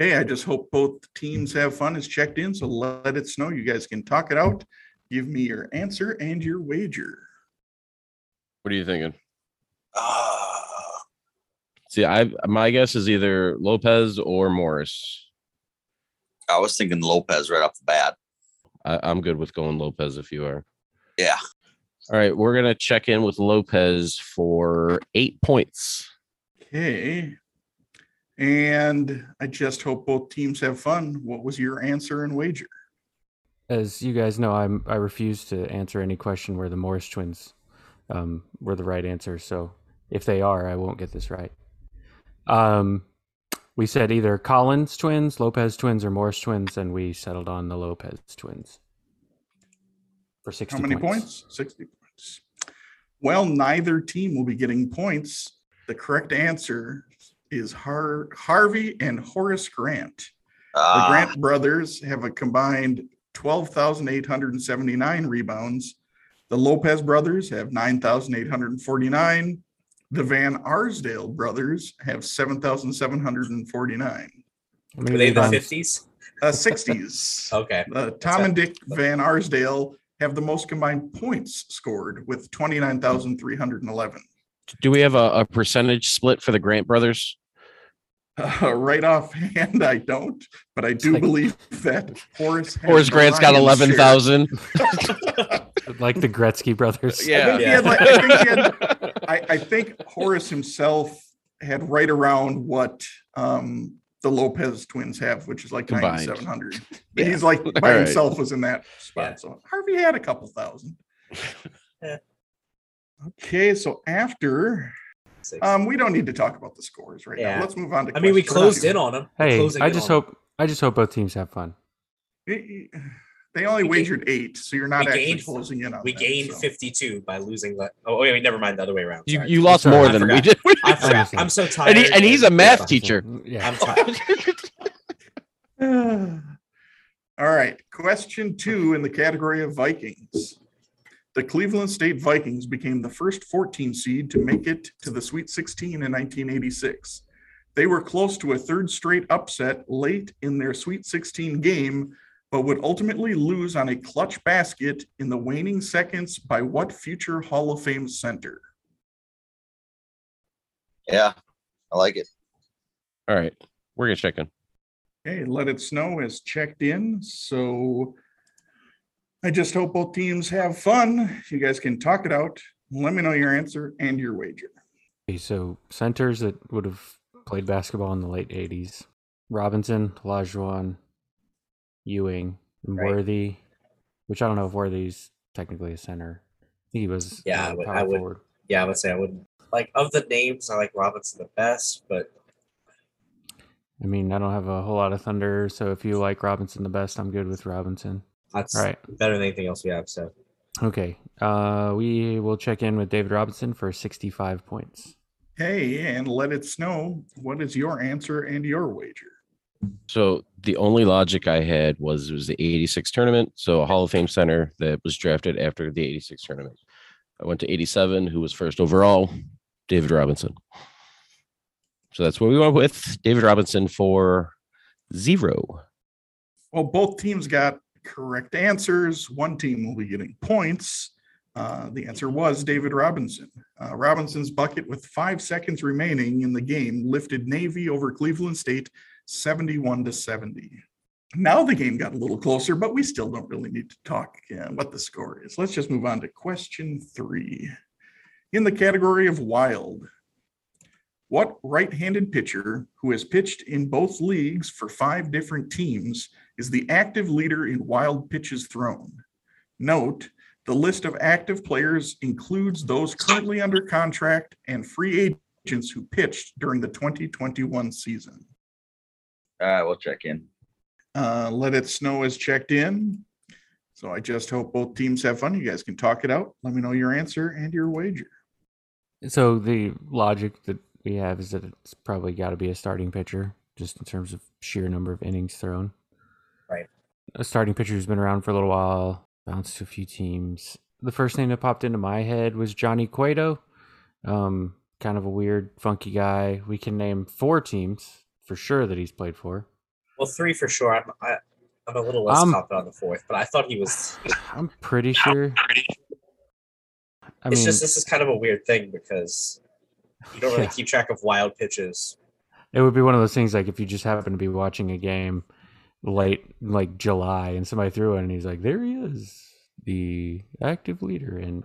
[SPEAKER 2] Okay, I just hope both teams have fun. It's checked in, so let it snow. You guys can talk it out. Give me your answer and your wager.
[SPEAKER 4] What are you thinking?
[SPEAKER 5] Ah,
[SPEAKER 4] See, I my guess is either Lopez or Morris.
[SPEAKER 3] I was thinking Lopez right off the bat.
[SPEAKER 4] I, I'm good with going Lopez if you are.
[SPEAKER 3] Yeah.
[SPEAKER 4] All right, we're gonna check in with Lopez for eight points.
[SPEAKER 2] Okay. And I just hope both teams have fun. What was your answer and wager?
[SPEAKER 6] As you guys know, I'm I refuse to answer any question where the Morris twins um, were the right answer. So if they are, I won't get this right. Um, we said either Collins twins, Lopez twins, or Morris twins, and we settled on the Lopez twins for sixty.
[SPEAKER 2] How many points? 60 points. Well, neither team will be getting points. The correct answer is Har- Harvey and Horace Grant. The
[SPEAKER 3] Ah,
[SPEAKER 2] Grant brothers have a combined 12,879 rebounds. The Lopez brothers have 9,849. The Van Arsdale brothers have 7,749.
[SPEAKER 6] How many
[SPEAKER 5] Were they in the
[SPEAKER 6] rebounds?
[SPEAKER 5] 50s?
[SPEAKER 2] Uh, 60s.
[SPEAKER 5] Okay.
[SPEAKER 2] Uh, Tom and Dick Van Arsdale have the most combined points scored with 29,311.
[SPEAKER 4] Do we have a, a percentage split for the Grant brothers?
[SPEAKER 2] Uh, right offhand, I don't, but I do
[SPEAKER 6] like-
[SPEAKER 2] believe that Horace has
[SPEAKER 4] Horace
[SPEAKER 2] the
[SPEAKER 4] Grant's got
[SPEAKER 2] lion's share.
[SPEAKER 4] eleven thousand.
[SPEAKER 6] like the Gretzky brothers?
[SPEAKER 2] I think, he had like, I, think he had, I, I think Horace himself had right around what um, the Lopez twins have, which is like
[SPEAKER 4] Combined.
[SPEAKER 2] 9,700.
[SPEAKER 4] Yeah.
[SPEAKER 2] He's like by
[SPEAKER 4] All right.
[SPEAKER 2] himself was in that spot.
[SPEAKER 5] Yeah.
[SPEAKER 2] So Harvey had a couple thousand.
[SPEAKER 5] Yeah.
[SPEAKER 2] okay, so after
[SPEAKER 5] Six.
[SPEAKER 4] Uh,
[SPEAKER 2] um, we don't need to talk about the scores right
[SPEAKER 5] Yeah.
[SPEAKER 2] now. Let's move on to
[SPEAKER 5] I mean, we
[SPEAKER 2] question
[SPEAKER 5] closed
[SPEAKER 2] two.
[SPEAKER 5] in on them.
[SPEAKER 6] Hey, I just hope I just hope both teams have fun.
[SPEAKER 2] they only
[SPEAKER 5] We gained-
[SPEAKER 2] wagered eight, so you're not
[SPEAKER 5] we
[SPEAKER 2] actually
[SPEAKER 5] gained-
[SPEAKER 2] closing in on
[SPEAKER 5] We
[SPEAKER 2] that,
[SPEAKER 5] gained
[SPEAKER 2] so.
[SPEAKER 5] 52 by losing. Le- oh, wait, wait, never mind. The other way around.
[SPEAKER 4] You
[SPEAKER 5] sorry.
[SPEAKER 4] you lost
[SPEAKER 6] Sorry,
[SPEAKER 4] more
[SPEAKER 5] I
[SPEAKER 4] than we
[SPEAKER 5] forgot.
[SPEAKER 4] did.
[SPEAKER 5] I forgot.
[SPEAKER 6] Seriously.
[SPEAKER 5] I'm so tired.
[SPEAKER 4] and, he, and he's a math
[SPEAKER 5] Yeah.
[SPEAKER 4] teacher.
[SPEAKER 6] Yeah.
[SPEAKER 5] I'm tired.
[SPEAKER 2] All right. Question two in the category of Vikings. The Cleveland State Vikings became the first 14 seed to make it to the Sweet 16 in 1986. They were close to a third straight upset late in their Sweet 16 game, but would ultimately lose on a clutch basket in the waning seconds by what future Hall of Fame center?
[SPEAKER 3] yeah, I like it.
[SPEAKER 4] All right, we're gonna check in.
[SPEAKER 2] Hey, let it snow has checked in, so I just hope both teams have fun. You guys can talk it out. Let me know your answer and your wager.
[SPEAKER 6] Okay, so centers that would have played basketball in the late '80s: Robinson, Lajuan, Ewing, and
[SPEAKER 5] Right.
[SPEAKER 6] Worthy. Which I don't know if Worthy's technically a center. I think he was.
[SPEAKER 5] Yeah, I
[SPEAKER 6] uh,
[SPEAKER 5] would-
[SPEAKER 6] power
[SPEAKER 5] I would-
[SPEAKER 6] forward.
[SPEAKER 5] Yeah, I would say I wouldn't like of the names. I like Robinson the best, but
[SPEAKER 6] I mean, I don't have a whole lot of thunder, so if you like Robinson the best, I'm good with Robinson.
[SPEAKER 5] that's
[SPEAKER 6] All right.
[SPEAKER 5] better than anything else we have. So
[SPEAKER 6] Okay. Uh, we will check in with David Robinson for 65 points.
[SPEAKER 2] Hey, and let it snow. What is your answer and your wager?
[SPEAKER 4] So the only logic I had was it was the 86 tournament. So a Hall of Fame center that was drafted after the 86 tournament. I went to 87, who was first overall, David Robinson. So that's what we went with. David Robinson for zero.
[SPEAKER 2] Well, both teams got correct answers. One team will be getting points. Uh, the answer was David Robinson. Uh, Robinson's bucket with five seconds remaining in the game lifted Navy over Cleveland State 71 to 70. Now the game got a little closer, but we still don't really need to talk uh, what the score is. Let's just move on to question three. In the category of wild, what right handed pitcher who has pitched in both leagues for five different teams is the active leader in wild pitches thrown. Note, the list of active players includes those currently under contract and free agents who pitched during the 2021 season.
[SPEAKER 3] Uh, we'll check in.
[SPEAKER 2] Uh, Let It Snow is checked in. So I just hope both teams have fun. You guys can talk it out. Let me know your answer and your wager.
[SPEAKER 6] So the logic that we have is that it's probably got to be a starting pitcher, just in terms of sheer number of innings thrown.
[SPEAKER 5] Right.
[SPEAKER 6] A starting pitcher who's been around for a little while, bounced to a few teams. The first name that popped into my head was Johnny Cueto. Um, kind of a weird, funky guy. We can name four teams for sure that he's played for.
[SPEAKER 5] well, three for sure. I'm I, I'm a little less
[SPEAKER 6] Um,
[SPEAKER 5] confident on the fourth, but I thought he was.
[SPEAKER 6] I'm pretty sure. I
[SPEAKER 5] it's
[SPEAKER 6] mean,
[SPEAKER 5] just this is kind of a weird thing because you don't really
[SPEAKER 6] Yeah.
[SPEAKER 5] keep track of wild pitches.
[SPEAKER 6] It would be one of those things like if you just happen to be watching a game late, like July, and somebody threw it, and he's like, "There he is, the active leader." And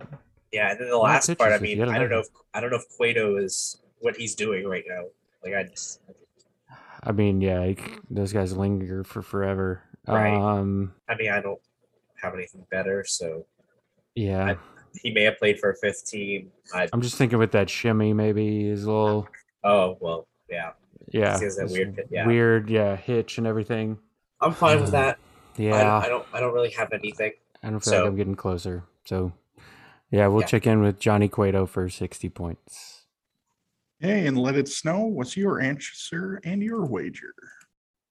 [SPEAKER 5] Yeah, and then the
[SPEAKER 6] Wild
[SPEAKER 5] last part.
[SPEAKER 6] pitches,
[SPEAKER 5] I
[SPEAKER 6] if you
[SPEAKER 5] mean,
[SPEAKER 6] had
[SPEAKER 5] I don't know. If,
[SPEAKER 6] another.
[SPEAKER 5] I don't know if Cueto is what he's doing right now. Like I just
[SPEAKER 6] I mean, yeah, like, those guys linger for forever.
[SPEAKER 5] Right.
[SPEAKER 6] Um,
[SPEAKER 5] I mean, I don't have anything better, so
[SPEAKER 6] yeah,
[SPEAKER 5] he may have played for a fifth team. I
[SPEAKER 6] I'm just thinking with that shimmy, maybe is a little,
[SPEAKER 5] oh well, yeah.
[SPEAKER 6] yeah,
[SPEAKER 5] See, is that
[SPEAKER 6] it's
[SPEAKER 5] weird pit- yeah.
[SPEAKER 6] weird, yeah, hitch and everything.
[SPEAKER 5] I'm fine with that. I-
[SPEAKER 6] Mm, Yeah,
[SPEAKER 5] I, don't. I don't really have anything.
[SPEAKER 6] I don't feel like
[SPEAKER 5] So-
[SPEAKER 6] I'm getting closer. So, yeah, we'll
[SPEAKER 5] Yeah.
[SPEAKER 6] check in with Johnny Cueto for 60 points.
[SPEAKER 2] Hey, and let it snow. What's your answer and your wager?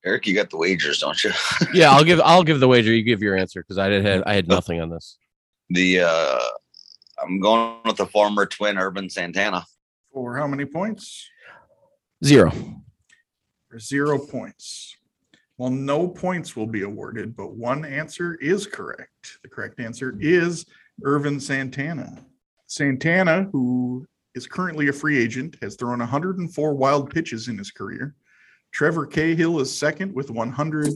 [SPEAKER 3] Eric, you got the wagers, don't you?
[SPEAKER 4] Yeah, I'll give I'll give the wager. You give your answer because I did had I had nothing on this.
[SPEAKER 3] The uh, I'm going with the former twin Urban Santana.
[SPEAKER 2] For how many points?
[SPEAKER 4] Zero.
[SPEAKER 2] for zero points. Well, no points will be awarded, but one answer is correct. The correct answer is Irvin Santana. Santana, who is currently a free agent, has thrown 104 wild pitches in his career. Trevor Cahill is second with 100.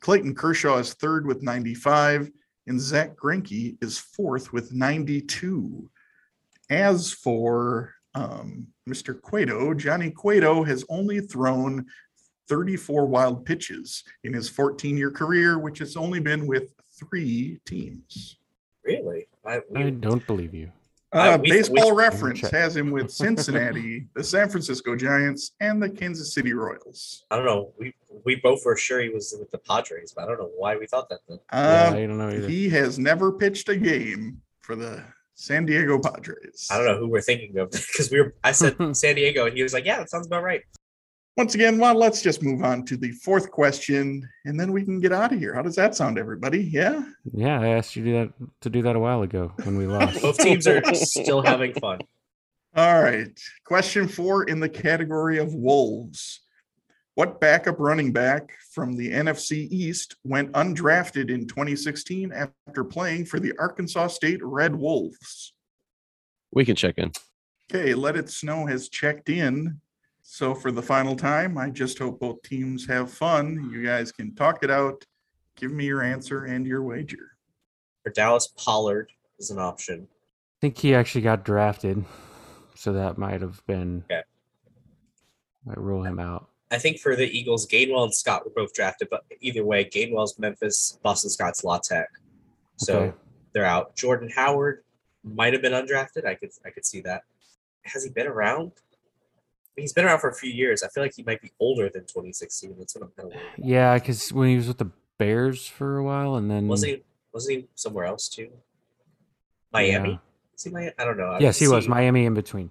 [SPEAKER 2] Clayton Kershaw is third with 95. And Zach Greinke is fourth with 92. As for um, Mr. Cueto, Johnny Cueto has only thrown 34 wild pitches in his 14 year career, which has only been with three teams.
[SPEAKER 5] Really, I,
[SPEAKER 6] I
[SPEAKER 5] we,
[SPEAKER 6] don't believe you.
[SPEAKER 2] Uh,
[SPEAKER 5] Uh, we-
[SPEAKER 2] baseball
[SPEAKER 5] we-
[SPEAKER 2] reference
[SPEAKER 6] Check.
[SPEAKER 2] has him with Cincinnati, the San Francisco Giants, and the Kansas City Royals.
[SPEAKER 5] I don't know. We we both were sure he was with the Padres, but I don't know why we thought that. Then.
[SPEAKER 2] Uh,
[SPEAKER 6] Yeah, I don't know either.
[SPEAKER 2] he has never pitched a game for the San Diego Padres.
[SPEAKER 5] I don't know who we're thinking of because we were. I said San Diego, and he was like, "Yeah, that sounds about right."
[SPEAKER 2] Once again, well, let's just move on to the fourth question and then we can get out of here. How does that sound, everybody? Yeah.
[SPEAKER 6] Yeah, I asked you to do that to do that a while ago when we lost.
[SPEAKER 5] Both teams are still having fun.
[SPEAKER 2] All right. Question four in the category of Wolves. What backup running back from the NFC East went undrafted in 2016 after playing for the Arkansas State Red Wolves?
[SPEAKER 4] We can check in.
[SPEAKER 2] Okay, Let It Snow has checked in. So for the final time, I just hope both teams have fun. You guys can talk it out. Give me your answer and your wager.
[SPEAKER 5] Or Dallas Pollard is an option.
[SPEAKER 6] think he actually got drafted, so that might have been.
[SPEAKER 5] Okay.
[SPEAKER 6] Might rule him out.
[SPEAKER 5] I think for the Eagles, Gainwell and Scott were both drafted, but either way, Gainwell's Memphis, Boston Scott's La Tech. So
[SPEAKER 6] Okay.
[SPEAKER 5] they're out. Jordan Howard might have been undrafted. I could I could see that. Has he been around? He's been around for a few years. I feel like he might be older than 2016. That's what I'm kind of worried. about.
[SPEAKER 6] Yeah, because when he was with the Bears for a while, and then
[SPEAKER 5] Wasn't he? Wasn't he somewhere else too? Miami?
[SPEAKER 6] Yeah.
[SPEAKER 5] Is he Miami? I don't know. I
[SPEAKER 6] Yes, he was
[SPEAKER 5] see-
[SPEAKER 6] Miami in between.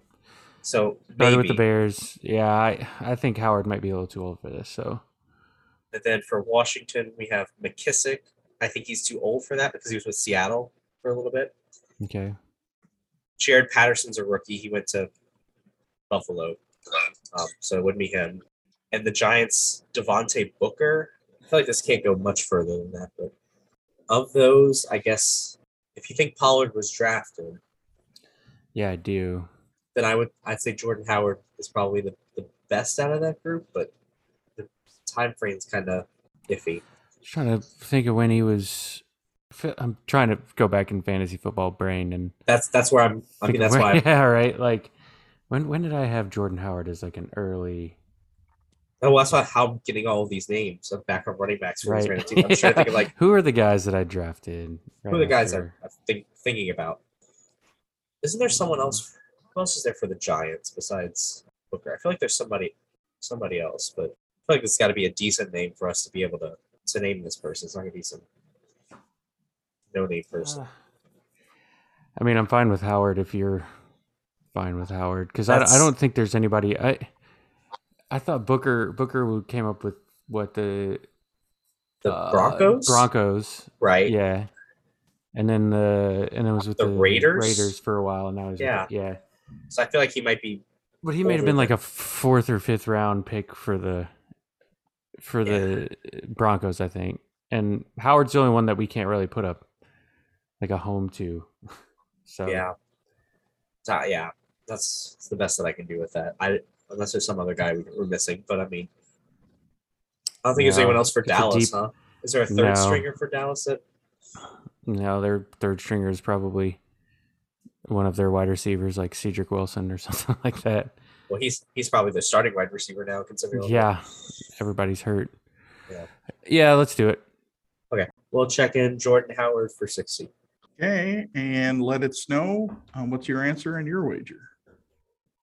[SPEAKER 5] So
[SPEAKER 6] Started with the
[SPEAKER 5] maybe.
[SPEAKER 6] Bears. Yeah, I I think Howard might be a little too old for this. So
[SPEAKER 5] And then for Washington, we have McKissick. I think he's too old for that because he was with Seattle for a little bit.
[SPEAKER 6] okay,
[SPEAKER 5] Jared Patterson's a rookie. He went to Buffalo, um, so it wouldn't be him. And the Giants, Devontae Booker. I feel like this can't go much further than that. But of those, I guess if you think Pollard was drafted,
[SPEAKER 6] yeah, I do.
[SPEAKER 5] then I would I'd say Jordan Howard is probably the, the best out of that group. But the time frame's kind of iffy.
[SPEAKER 6] Just trying to think of when he was. fi- I'm trying to go back in fantasy football brain and.
[SPEAKER 5] That's that's where I'm. I
[SPEAKER 6] think
[SPEAKER 5] mean,
[SPEAKER 6] of
[SPEAKER 5] that's
[SPEAKER 6] when-
[SPEAKER 5] why I'm,
[SPEAKER 6] Yeah, right. Like, when when did I have Jordan Howard as like an early?
[SPEAKER 5] Oh, well, that's why how I'm getting all of these names of backup running backs for these
[SPEAKER 6] Right.
[SPEAKER 5] random teams. I'm trying to think of like
[SPEAKER 6] who are the guys that I drafted?
[SPEAKER 5] who are the guys I'm, I'm think, thinking about. Isn't there someone else? Who else is there for the Giants besides Booker? I feel like there's somebody, somebody else, but I feel like it's got to be a decent name for us to be able to to name this person. It's not gonna be some no name person.
[SPEAKER 6] I mean, I'm fine with Howard if you're fine with Howard because I, I
[SPEAKER 5] That's-
[SPEAKER 6] don't think there's anybody. I I thought Booker Booker w- came up with what the
[SPEAKER 5] The
[SPEAKER 6] uh,
[SPEAKER 5] Broncos,
[SPEAKER 6] Broncos,
[SPEAKER 5] right?
[SPEAKER 6] yeah. And then the and it was with
[SPEAKER 5] The
[SPEAKER 6] the,
[SPEAKER 5] Raiders?
[SPEAKER 6] Raiders for a while, and now he's with
[SPEAKER 5] Yeah.
[SPEAKER 6] the- yeah.
[SPEAKER 5] So I feel like he might be
[SPEAKER 6] But he may have
[SPEAKER 5] over
[SPEAKER 6] been
[SPEAKER 5] the-
[SPEAKER 6] like a fourth or fifth round pick for the for the Broncos, I think. And Howard's the only one that we can't really put up like a home to. So
[SPEAKER 5] Yeah. So, yeah. That's, that's the best that I can do with that. I unless there's some other guy we- we're missing, but I mean, I don't think there's
[SPEAKER 6] No,
[SPEAKER 5] anyone else for
[SPEAKER 6] it's a
[SPEAKER 5] Dallas,
[SPEAKER 6] deep-
[SPEAKER 5] huh? Is there a third
[SPEAKER 6] No.
[SPEAKER 5] stringer for Dallas? That
[SPEAKER 6] no, their third stringer is probably one of their wide receivers, like Cedric Wilson or something like that.
[SPEAKER 5] well, he's he's probably the starting wide receiver now, considering. all that.
[SPEAKER 6] Yeah, everybody's hurt.
[SPEAKER 5] Yeah.
[SPEAKER 6] yeah, let's do it.
[SPEAKER 5] We'll check in Jordan Howard for sixty.
[SPEAKER 2] Okay, and let it snow. Um, what's your answer and your wager?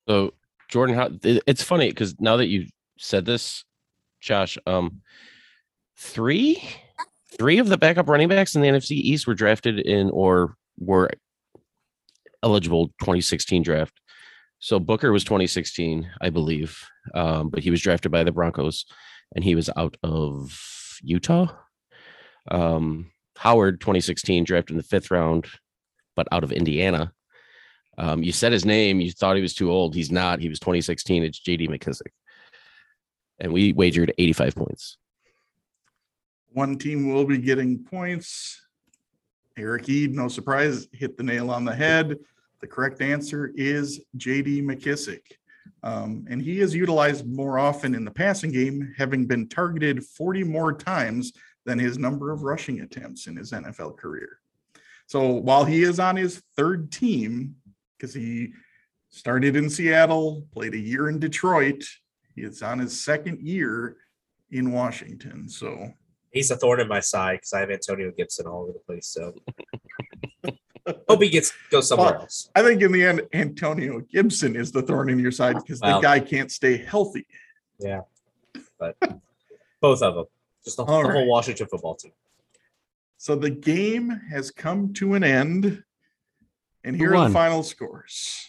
[SPEAKER 4] So Jordan, how it- it's funny because now that you said this, Josh, um, three, three of the backup running backs in the NFC East were drafted in or were eligible 2016 draft. So Booker was 2016, I believe, um, but he was drafted by the Broncos, and he was out of Utah. Um, Howard 2016 drafted in the fifth round, but out of Indiana. Um, you said his name. You thought he was too old. He's not. He was 2016. It's JD McKissick. And we wagered 85 points.
[SPEAKER 2] One team will be getting points. Eric Ede, no surprise, hit the nail on the head. The correct answer is JD McKissick. Um, and he is utilized more often in the passing game, having been targeted 40 more times than his number of rushing attempts in his NFL career. So while he is on his third team, because he started in Seattle, played a year in Detroit, he is on his second year in Washington. So
[SPEAKER 5] He's a thorn in my side because I have Antonio Gibson all over the place. So hope he gets goes somewhere
[SPEAKER 2] Well,
[SPEAKER 5] else.
[SPEAKER 2] I think in the end, Antonio Gibson is the thorn in your side because
[SPEAKER 5] Wow.
[SPEAKER 2] the guy can't stay healthy.
[SPEAKER 5] Both of them, just the,
[SPEAKER 2] All
[SPEAKER 5] the
[SPEAKER 2] right.
[SPEAKER 5] whole Washington football team.
[SPEAKER 2] So the game has come to an end. And here are
[SPEAKER 6] won?
[SPEAKER 2] the final scores.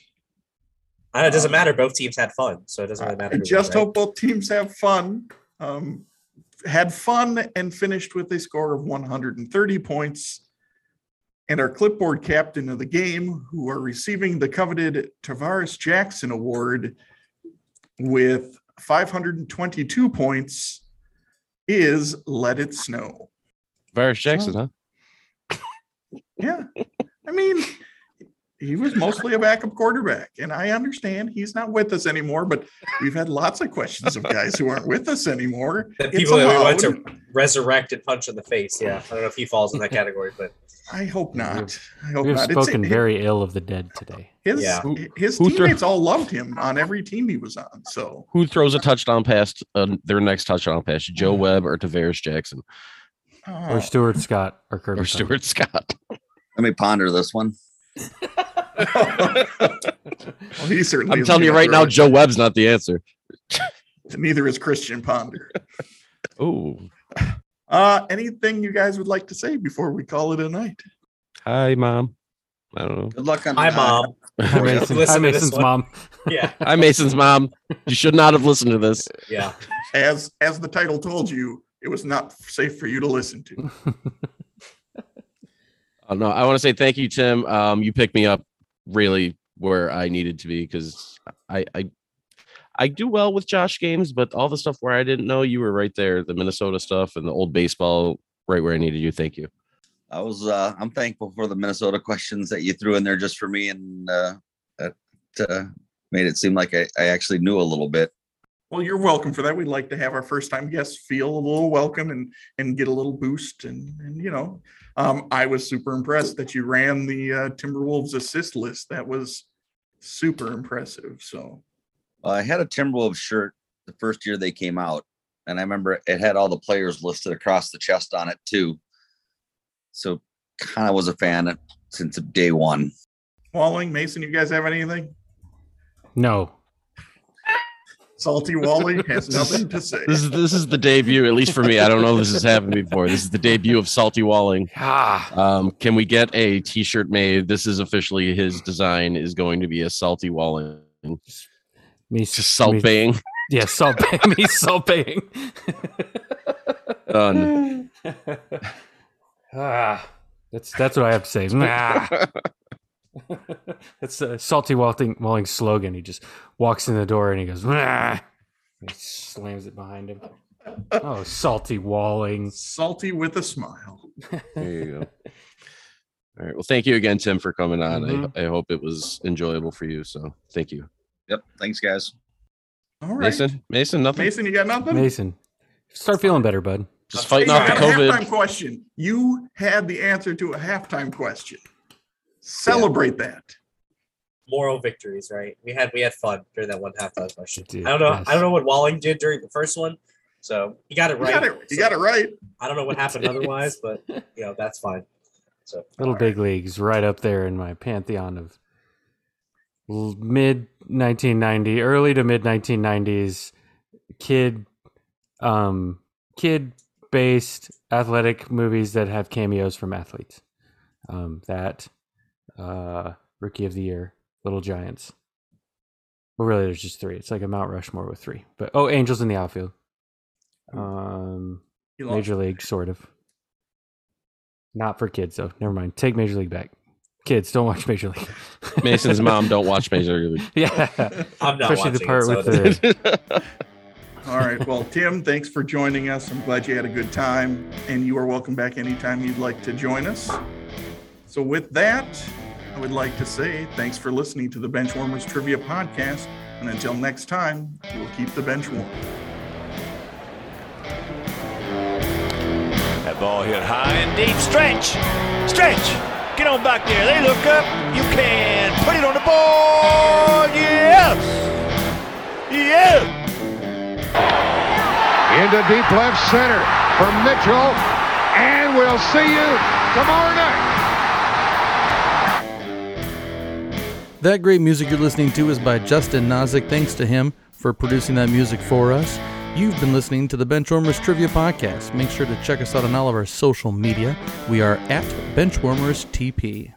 [SPEAKER 5] I know it doesn't matter. Both teams had fun, so it doesn't really
[SPEAKER 2] Uh,
[SPEAKER 5] matter.
[SPEAKER 2] I
[SPEAKER 5] who won,
[SPEAKER 2] just
[SPEAKER 5] right?
[SPEAKER 2] hope both teams have fun. Um, had fun and finished with a score of 130 points. And our clipboard captain of the game, who are receiving the coveted Tavares Jackson Award with 522 points, is Let It Snow.
[SPEAKER 4] Virus Jackson, huh?
[SPEAKER 2] Yeah. I mean, he was mostly a backup quarterback. And I understand he's not with us anymore, but we've had lots of questions of guys who aren't with us anymore.
[SPEAKER 5] The
[SPEAKER 2] It's
[SPEAKER 5] people that we want
[SPEAKER 2] allowed.
[SPEAKER 5] to resurrect and punch in the face. Yeah, I don't know if he falls in that category, but
[SPEAKER 2] I hope not. Oh, I hope
[SPEAKER 6] We have
[SPEAKER 2] not. It's-
[SPEAKER 6] spoken
[SPEAKER 2] it-
[SPEAKER 6] very ill of the dead today.
[SPEAKER 2] his
[SPEAKER 5] Yeah.
[SPEAKER 1] Who-
[SPEAKER 2] his
[SPEAKER 4] who threw-
[SPEAKER 2] teammates all loved him on every team he was on. So
[SPEAKER 4] Who throws a touchdown pass? Uh, their next touchdown pass, Joe Webb or Tavares Jackson
[SPEAKER 2] oh,
[SPEAKER 6] Or Stuart Scott or Curtis.
[SPEAKER 4] or Stuart Scott?
[SPEAKER 3] Let me ponder this one.
[SPEAKER 2] well, he certainly
[SPEAKER 4] I'm
[SPEAKER 2] isn't
[SPEAKER 4] telling you
[SPEAKER 2] gonna
[SPEAKER 4] right
[SPEAKER 2] throw
[SPEAKER 4] now,
[SPEAKER 2] it.
[SPEAKER 4] Joe Webb's not the answer.
[SPEAKER 2] Neither is Christian Ponder.
[SPEAKER 4] Oh,
[SPEAKER 2] Uh, anything you guys would like to say before we call it a night?
[SPEAKER 4] hi, mom. I don't know.
[SPEAKER 3] Good luck on
[SPEAKER 5] hi,
[SPEAKER 3] uh,
[SPEAKER 5] mom.
[SPEAKER 6] Hi, Mason.
[SPEAKER 5] Listen
[SPEAKER 6] Hi,
[SPEAKER 5] to this
[SPEAKER 6] Mason's
[SPEAKER 5] one.
[SPEAKER 6] mom.
[SPEAKER 5] Yeah,
[SPEAKER 4] Hi, Mason's mom. You should not have listened to this.
[SPEAKER 5] yeah.
[SPEAKER 2] As as the title told you, it was not safe for you to listen to.
[SPEAKER 4] Oh, no, I want to say thank you, Tim. Um, you picked me up really where I needed to be because I, I I do well with Josh games, but all the stuff where I didn't know, you were right there. The Minnesota stuff and the old baseball, right where I needed you. Thank you.
[SPEAKER 3] I was uh, I'm thankful for the Minnesota questions that you threw in there just for me and uh, that uh, made it seem like I, I actually knew a little bit.
[SPEAKER 2] Well, you're welcome for that. We'd like to have our first time guests feel a little welcome and and get a little boost and and you know, um, I was super impressed that you ran the uh, Timberwolves assist list. That was super impressive. So
[SPEAKER 3] I had a Timberwolves shirt the first year they came out, and I remember it had all the players listed across the chest on it too. So kind of was a fan since day one.
[SPEAKER 2] Walling Mason, you guys have anything?
[SPEAKER 6] No.
[SPEAKER 2] Salty Wally has nothing to say.
[SPEAKER 4] This is this is the debut, at least for me. I don't know if this has happened before. This is the debut of Salty Walling.
[SPEAKER 6] Ah.
[SPEAKER 4] Um, can we get a T-shirt made? This is officially his design. Is going to be a Salty Walling.
[SPEAKER 6] Me,
[SPEAKER 4] Just
[SPEAKER 6] me-
[SPEAKER 4] salt baying.
[SPEAKER 6] Yeah, salt paying. me salt paying.
[SPEAKER 4] Done.
[SPEAKER 6] ah, that's that's what I have to say. Nah. that's a salty walling walling slogan. He just walks in the door and he goes, nah. He slams it behind him. Oh, salty walling.
[SPEAKER 2] Salty with a smile.
[SPEAKER 4] There you go. All right. Well, thank you again, Tim, for coming on.
[SPEAKER 6] Mhm.
[SPEAKER 4] I, I hope it was enjoyable for you. So thank you.
[SPEAKER 3] Yep. Thanks, guys.
[SPEAKER 2] All right.
[SPEAKER 4] Mason, Mason, nothing.
[SPEAKER 2] Mason, you got nothing?
[SPEAKER 6] Mason, start feeling better, bud.
[SPEAKER 4] Just fighting off
[SPEAKER 2] you had
[SPEAKER 4] the
[SPEAKER 2] a halftime
[SPEAKER 4] COVID.
[SPEAKER 2] question. You had the answer to a halftime question. Celebrate that.
[SPEAKER 5] Moral victories, right? We had we had fun during that one halftime question.
[SPEAKER 6] Dude,
[SPEAKER 5] I don't know.
[SPEAKER 6] yes.
[SPEAKER 5] I don't know what Walling did during the first one, so he got it
[SPEAKER 2] You
[SPEAKER 5] right.
[SPEAKER 2] got it. You
[SPEAKER 5] So
[SPEAKER 2] got it right.
[SPEAKER 5] I don't know what happened otherwise, but you know that's fine. So
[SPEAKER 6] Little
[SPEAKER 5] all right.
[SPEAKER 6] Big Leagues, right up there in my pantheon of l- mid 1990, early to mid 1990s kid, um, kid based athletic movies that have cameos from athletes. Um, that uh, Rookie of the Year, Little Giants. Well, really, there's just three. It's like a Mount Rushmore with three. But oh, Angels in the Outfield. Um,
[SPEAKER 2] You lost.
[SPEAKER 6] Major League, sort of. Not for kids, though. Never mind. Take Major League back. Kids, don't watch Major League.
[SPEAKER 4] Mason's mom don't watch Major League.
[SPEAKER 6] yeah,
[SPEAKER 5] I'm not
[SPEAKER 6] especially
[SPEAKER 5] watching
[SPEAKER 6] the part
[SPEAKER 5] it, so
[SPEAKER 6] with
[SPEAKER 5] it doesn't-
[SPEAKER 6] the
[SPEAKER 2] All right. Well, Tim, thanks for joining us. I'm glad you had a good time, and you are welcome back anytime you'd like to join us. So, with that, I would like to say thanks for listening to the Benchwarmers Trivia Podcast. And until next time, we'll keep the bench warm.
[SPEAKER 8] That ball hit high and deep. Stretch! Stretch! Get on back there. They look up. You can put it on the board. Yes! Yes!
[SPEAKER 9] into deep left center for Mitchell, and we'll see you tomorrow night.
[SPEAKER 1] That great music you're listening to is by Justin Nozick. Thanks to him for producing that music for us. You've been listening to the Benchwarmers Trivia Podcast. Make sure to check us out on all of our social media. We are at Benchwarmers TP.